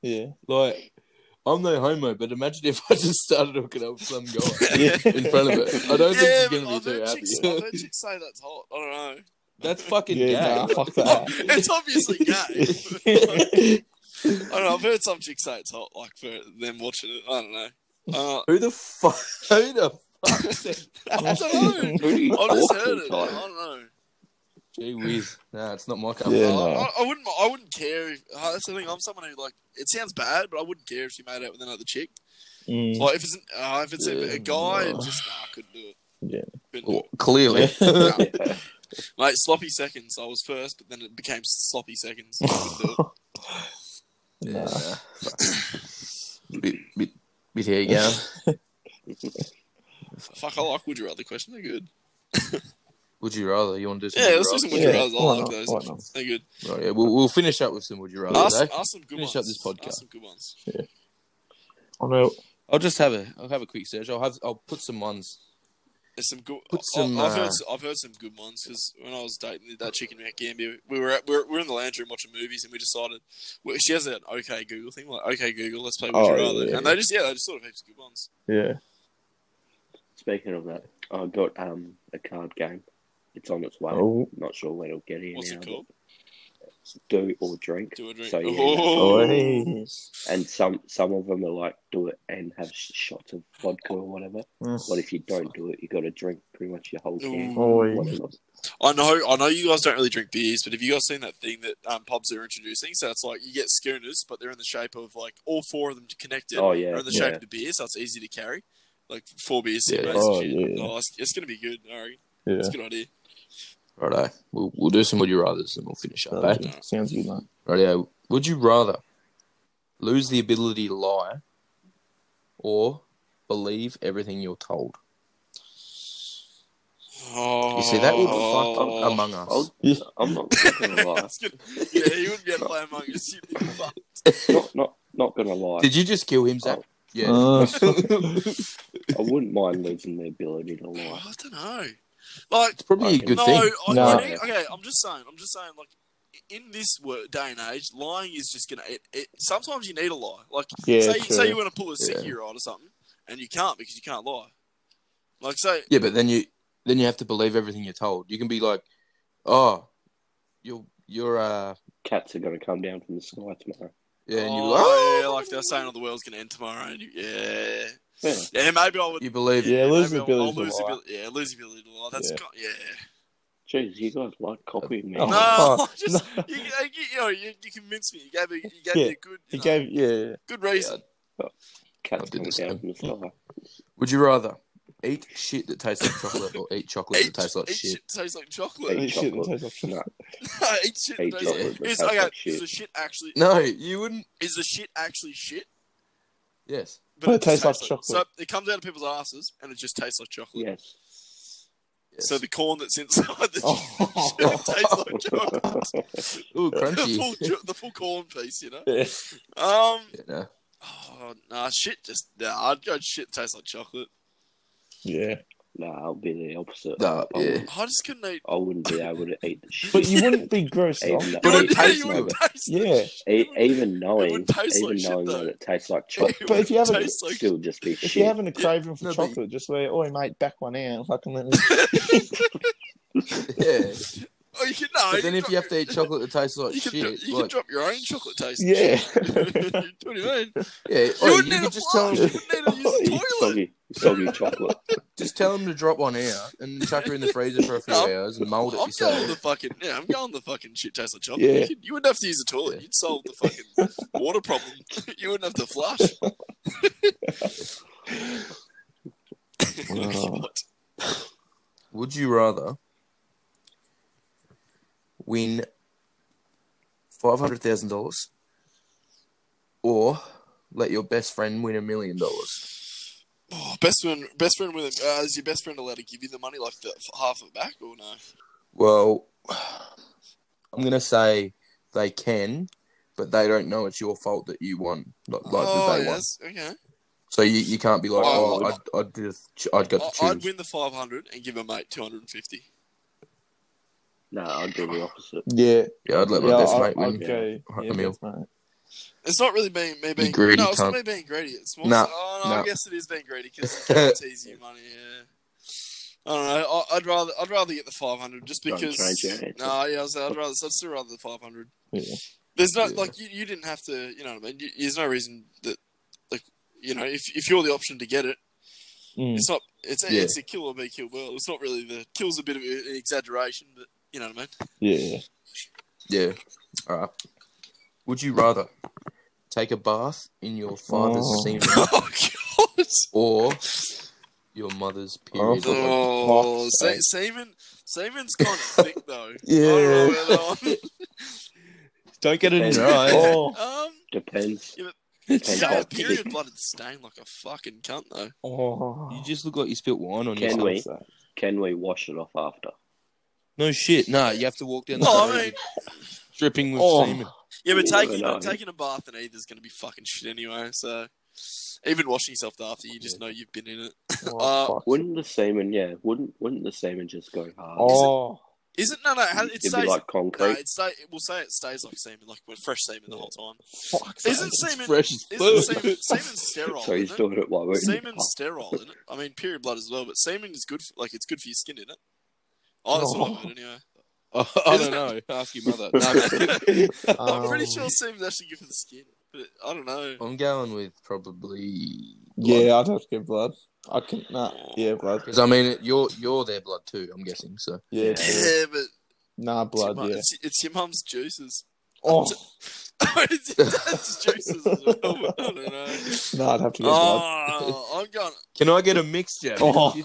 yeah,
Like, I'm no homo, but imagine if I just started hooking up with some guy
yeah.
in front of her. I don't
yeah,
think she's
but
gonna
I've
be too
heard,
happy.
chicks, I've heard chicks say that's hot. I don't know.
That's fucking
Yeah, nah,
gay.
fuck that.
it's obviously gay. I don't know. I've heard some chicks say it's hot, like for them watching it. I don't know. Uh,
Who the fuck? Who the fuck? said-
I don't know.
Who do you
I've just
talk
heard
to,
it. I
Tyler?
don't know. Uh,
Gee whiz. Nah, it's not my cup. of
Yeah,
tea.
no.
I, I- I wouldn't. I wouldn't care. If, uh, that's the thing. I'm someone who like. It sounds bad, but I wouldn't care if she made out with another chick.
Mm,
Like if it's an, uh, if it's a, a guy,
Yeah.
just nah, I couldn't do it.
Yeah.
Couldn't do
Well,
it.
clearly.
Yeah.
Yeah.
Mate, sloppy seconds. I was first, but then it became sloppy seconds. I couldn't do it.
Yeah,
nah.
nah, fuck. bit, bit, bit here you go.
Fuck, I like Would You Rather questions. They're good.
Would you rather? You want to do some
Yeah,
would
let's do some
you
Would You
Yeah,
Rathers. I
why
like
not?
those.
Why not?
They're good.
rather? Right, yeah, we'll, we'll finish up with some would you rather.
Ask,
eh?
ask some good
Finish
ones.
up this podcast.
Ask some good ones.
I know.
I'll just have a I'll have a quick search. I'll have I'll put some ones
There's some good.
Put some,
I, have
uh,
heard, s- I've heard some good ones because when I was dating that chicken out Gambia, we were, at, we were we were in the lounge room watching movies, and we decided well, she has an OK Google thing, like OK Google, let's play Would
Oh,
You Rather,
yeah.
and they just yeah, they just sort of heaps of good ones.
Yeah.
Speaking of that, I got um a card game. It's on its way.
Oh,
Not sure when it'll get here
What's
now.
it called?
Do or drink.
Do a drink.
So, yeah.
Oh.
oh,
And some some of them are like do it and have sh- shots of vodka or whatever. But if you don't do it, you got to drink pretty much your whole can.
Oi.
Whatever.
I know, I know you guys don't really drink beers, but have you guys seen that thing that um, pubs are introducing? So it's like you get schooners, but they're in the shape of like all four of them connected
Oh
are
yeah,
in the
yeah.
shape of the beer, so it's easy to carry. Like four beers,
Yeah.
yeah.
Oh,
oh,
yeah.
oh, it's, it's gonna be good. I reckon.
yeah.
It's a good idea.
Righto. We'll, we'll do some would you rathers and we'll finish up. eh?
Sounds good. Sounds good, mate.
Rightio. Would you rather lose the ability to lie or believe everything you're told?
Oh,
You see, that would fuck among
Oh
us.
I'll, I'm not gonna lie.
It's gonna- yeah, you wouldn't be able to play Among Us. You'd be fucked.
Not not not gonna lie.
Did you just kill him, Zach?
Oh.
Yeah.
I wouldn't mind losing the ability to lie.
I don't know. Like,
it's probably a
Okay.
good
no,
thing.
I,
No.
you know- okay, I'm just saying. I'm just saying, like, in this wor day and age, lying is just gonna. It, it, sometimes you need a lie. Like,
Yeah,
say,
true.
say you want to pull a sick
Yeah.
year old or something, and you can't because you can't lie. Like, say,
Yeah, but then you then you have to believe everything you're told. You can be like, oh, you're you're uh
Cats are gonna come down from the sky tomorrow.
yeah, and you
oh,
like, oh,
yeah, like they're saying, oh, the world's gonna end tomorrow. And you, yeah,
Yeah.
yeah, maybe I would.
you believe
Yeah, lose
maybe
the
I'll- I'll
ability to
lose the
lie.
abil- Yeah, lose the ability to lie. That's
Yeah.
yeah. yeah.
Jeez, you guys like copying me.
Oh.
No,
Oh,
just you, you, you know, you, you convinced me. You gave me, you gave
Yeah,
me a good,
He
you know,
gave, yeah,
good reason.
I
Cats
did
coming
the
down
same.
from the sky.
Would you rather eat shit that tastes like chocolate or eat chocolate
Eat,
that tastes like
eat
shit?
shit that tastes like chocolate.
Eat
Eat shit that
chocolate.
tastes like
No,
eat shit that
eat
tastes like.
chocolate. that
Is,
tastes
okay,
like
is
shit.
the shit actually?
No, you wouldn't.
Is the shit actually shit?
Yes.
But it
just
tastes like chocolate.
So it comes out of people's asses, and it just tastes like chocolate.
Yes.
yes.
So the corn that's inside the
Oh.
shit tastes like chocolate.
Ooh,
the
crunchy.
full, ju- the full corn piece, you know.
yeah.
Um,
Yeah, no.
oh, nah, shit, just nah. I'd go shit that tastes like chocolate.
Yeah.
No, I'll be the opposite.
Nah,
I,
yeah.
wouldn't,
I just couldn't eat.
I wouldn't be able to eat the shit.
But you wouldn't be gross
Even
off.
though-
But
You
it
wouldn't-
tastes
you wouldn't taste the
Yeah.
shit.
E- even
wouldn't
knowing,
taste
even
like shit,
knowing
though.
that it tastes like
It
chocolate,
But if you
would
haven't-
taste
it'd
like
still just be
If you're
shit.
having a craving for
No, but-
chocolate, just say, "Oi, mate, back one out. Fucking let me."
Yeah.
Oh, you can no.
But then
can
if
drop
you have to
your-
eat chocolate that tastes like
you can, dro-
shit,
you can
like,
drop your own chocolate taste.
yeah.
what do you mean?
yeah,
You
oh,
wouldn't
you
need
could
a
just tell Oh, him
flush. You wouldn't need to use the toilet.
soggy, soggy chocolate.
Just tell him to drop one out and chuck her in the freezer for a few
No.
hours and mold it
I'm going the
yourself.
fucking yeah. I'm going the fucking shit taste like chocolate.
Yeah.
You, could, you wouldn't have to use the toilet.
Yeah.
You'd solve the fucking water problem. You wouldn't have to flush.
Wow.
What?
Would you rather win five hundred thousand dollars or let your best friend win a million dollars?
Oh, best friend, best friend with uh, is your best friend allowed to give you the money like the, half of it back or no?
Well, I'm gonna say they can, but they don't know it's your fault that you won, not like
oh
that they won.
yes, okay.
So you, you can't be like,
Oh,
oh,
I
I'd, I'd just I'd got to
I- I'd
choose.
win the 500 and give a mate 250.
No, I'd do the opposite.
Yeah.
Yeah, I'd let my
yeah,
best
I,
mate win.
I'd go.
Right,
Yeah,
Emil.
best mate.
It's not really being me being
greedy
No, it's not
cunt.
me being greedy. It's more.
Nah,
oh, no,
nah.
I guess it is being greedy because it guarantees you money. Yeah. I don't know. I, I'd rather I'd rather get the 500 just
Don't
because.
change your answer.
No, yeah, I was, I'd rather I'd still rather the 500.
Yeah.
There's no
Yeah.
like you, you didn't have to. You know what I mean? You, there's no reason that like you know if if you're the option to get it,
Mm.
it's not. It's a,
Yeah.
it's a kill or be killed world. It's not really the kills a bit of an exaggeration, but you know what I mean.
Yeah.
Yeah. All right. Would you rather take a bath in your father's
Oh.
semen
oh God.
or your mother's period? blood?
Oh,
Fuck's
se-
sake.
semen, semen's kind of thick though.
Yeah.
I don't know
Don't get
it in your
right.
Oh.
about that. um,
Depends.
you
Depends.
know,
what-
period blood and stain like a fucking cunt though.
Oh.
You just look like you spilt wine on
Can
yourself.
we? Can we wash it off after?
No shit. Nah, you have to walk down the
No, I
road
mean,
dripping with
Oh.
semen.
yeah, but
Yeah,
taking
no.
taking a bath and either's gonna be fucking shit anyway. So, Even washing yourself after, you just know you've been in it.
Oh, fuck.
Wouldn't the semen, yeah, wouldn't wouldn't the semen just go hard?
oh,
Isn't no no? it has- It
It'd be
stays.
like
no,
concrete.
it stay, we'll say it stays like semen, like with fresh semen the whole time.
fuck.
Isn't semen?
fresh as
Isn't
fluid.
semen, semen's sterile?
so he's
isn't it?
doing it while we're in the
Semen's sterile, isn't it? I mean, period blood as well, but semen is good. For, like, it's good for your skin, isn't it? Oh, that's what I
No.
heard anyway.
Oh, I don't know. Ask your mother. No,
I'm pretty
Um, Oh,
sure semen's actually good for the skin, but I don't know.
I'm going with probably.
Yeah, I'd have to get blood. I can. Nah, yeah, blood.
Because I mean, you're you're their blood too. I'm guessing. So
Yeah, blood.
Yeah, but
nah,
it's, your
blood.
mum,
Yeah.
it's, it's your mum's juices.
Oh,
it's your dad's juices as well. I don't know.
nah, I'd have to get blood.
Oh, I'm going.
can I get a mixture?
Oh.
Please.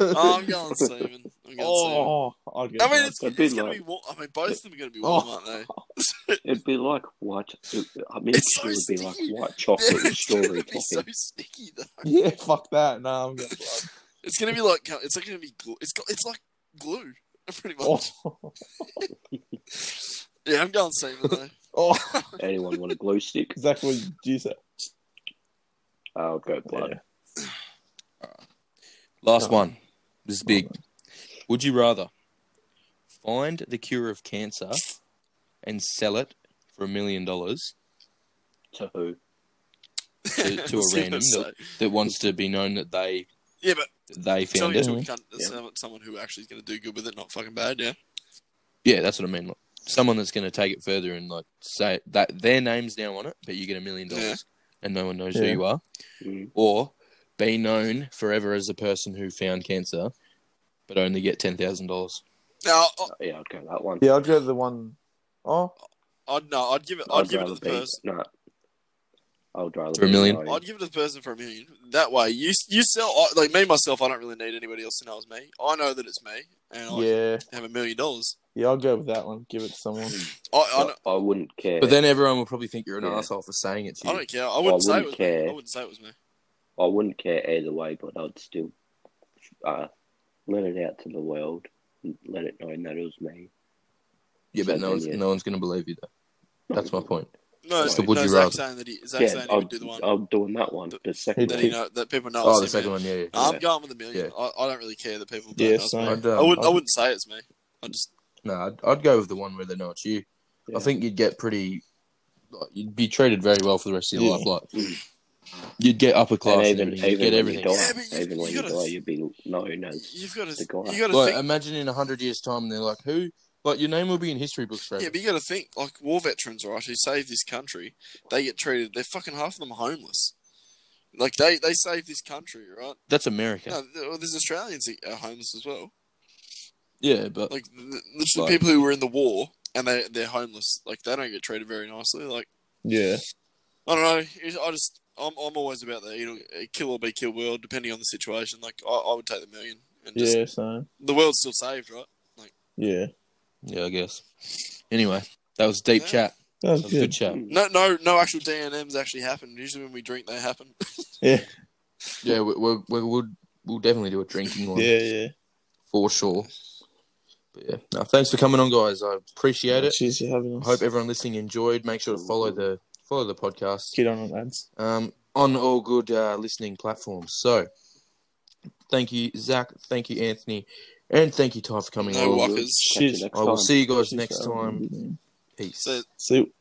Oh, I'm going semen. I'm going semen.
Oh, I'd get
I mean,
blood.
it's,
That'd
it's
be
gonna
like-
be warm. I mean, both of them are gonna be
Oh.
warm, aren't they?
It'd be like white. It, I mean,
It's so
it would be like
sticky.
white chocolate and
it's gonna
strawberry
be so
topping.
sticky though.
yeah, fuck that. Nah, I'm getting blood.
It's gonna be like it's like gonna be glue. It's got it's like glue, pretty much.
Oh,
Yeah, I'm going semen though.
oh,
Anyone want a glue stick?
exactly what you said.
I'll go blood.
Yeah.
Last
No.
one. This is big. Would you rather find the cure of cancer and sell it for a million dollars
To who?
to, to a
See what
random
they
that, that wants to be known that they
Yeah, but
that they
tell
found
you
it?
to a
Mhm.
cunt,
Yeah.
someone- someone who actually is gonna do good with it, not fucking bad. Yeah.
Yeah, that's what I mean. Like, someone that's going to take it further and like say that their name's now on it, but you get a million dollars and no one knows who
Yeah.
you are,
Mm.
or be known forever as the person who found cancer, but only get ten thousand dollars.
Now, I-
Yeah, I'd go that one.
Yeah, I'd go the one Oh,
I'd no, I'd give it. I'd,
I'd,
give it
rather
to the
be
person.
no. I'd rather
For a
be
million?
known.
I'd give it to the person for a million. That way, you you sell I- like me myself. I don't really need anybody else to know it's me. I know that it's me, and I
yeah,
have a million dollars.
yeah, I'll go with that one. Give it to someone.
I I don't,
I, I wouldn't care.
But then everyone will probably think you're an
Yeah.
asshole for saying it to
I
you.
don't care. I wouldn't say it
wouldn't
was
care.
me. I wouldn't say it was me.
I wouldn't care either way, but I'd still uh, let it out to the world, and let it know that it was me.
Yeah, but no one's,
Yeah.
no one's going to believe you though. That's my point.
No,
It's the
no,
would you
Zach's
rather.
saying that he, Zach's
yeah,
saying he
I'm,
would do the one
I'm doing that one. The second
that
one.
he know that people know.
Oh,
it's
the
him,
second
yeah.
one, yeah. yeah.
No, I'm
Yeah.
going with a million.
Yeah.
I, I don't really care that people don't
Yeah,
know it's
same.
me.
I'd, um,
I wouldn't. I
I'd-
wouldn't say it's me. I just
no, I'd, I'd go with the one where they know it's you.
Yeah.
I think you'd get pretty. like, You'd be treated very well for the rest of your
Yeah.
life. Like you'd get upper class and,
and even
everything. You'd
even
get
when
everything.
you die,
Yeah, but you-
even when
you
you
gotta-
die, you'd be known as
you've got to.
The guy.
You got to
Like,
think.
imagine in hundred years' time, they're like, "Who?" Like, your name will be in history books forever.
Yeah, but you got to think like war veterans, right? Who saved this country? They get treated. They're fucking half of them homeless. Like they they saved this country, right?
That's America.
No, th- well, there's Australians that are homeless as well.
yeah, but
Like th- literally,
Right.
people who were in the war and they they're homeless. Like they don't get treated very nicely. Like
Yeah,
I don't know. It's- I just I'm I'm always about the you know kill or be killed world, depending on the situation. Like I, I would take the million and just
yeah, same.
the world's still saved, right?
Yeah,
yeah, I guess. Anyway, that was deep
Yeah.
chat.
that was
That was good
good.
chat.
No, no, no actual DNMs actually happen. Usually when we drink, they happen.
Yeah,
Yeah, we, we, we would we'll definitely do a drinking one
yeah, yeah.
for sure. But yeah, no, thanks for coming on, guys. I appreciate it.
Cheers for having
I
us.
hope everyone listening enjoyed. Make sure to follow the follow the podcast
Get on it, lads.
um, on all good uh, listening platforms. So, thank you, Zach. Thank you, Anthony, and thank you, Ty, for coming
No
on.
walkers.
Catch you
Cheers.
next
I will
time.
see you guys
Cheers
next
for having
time.
me.
Peace.
So
See you.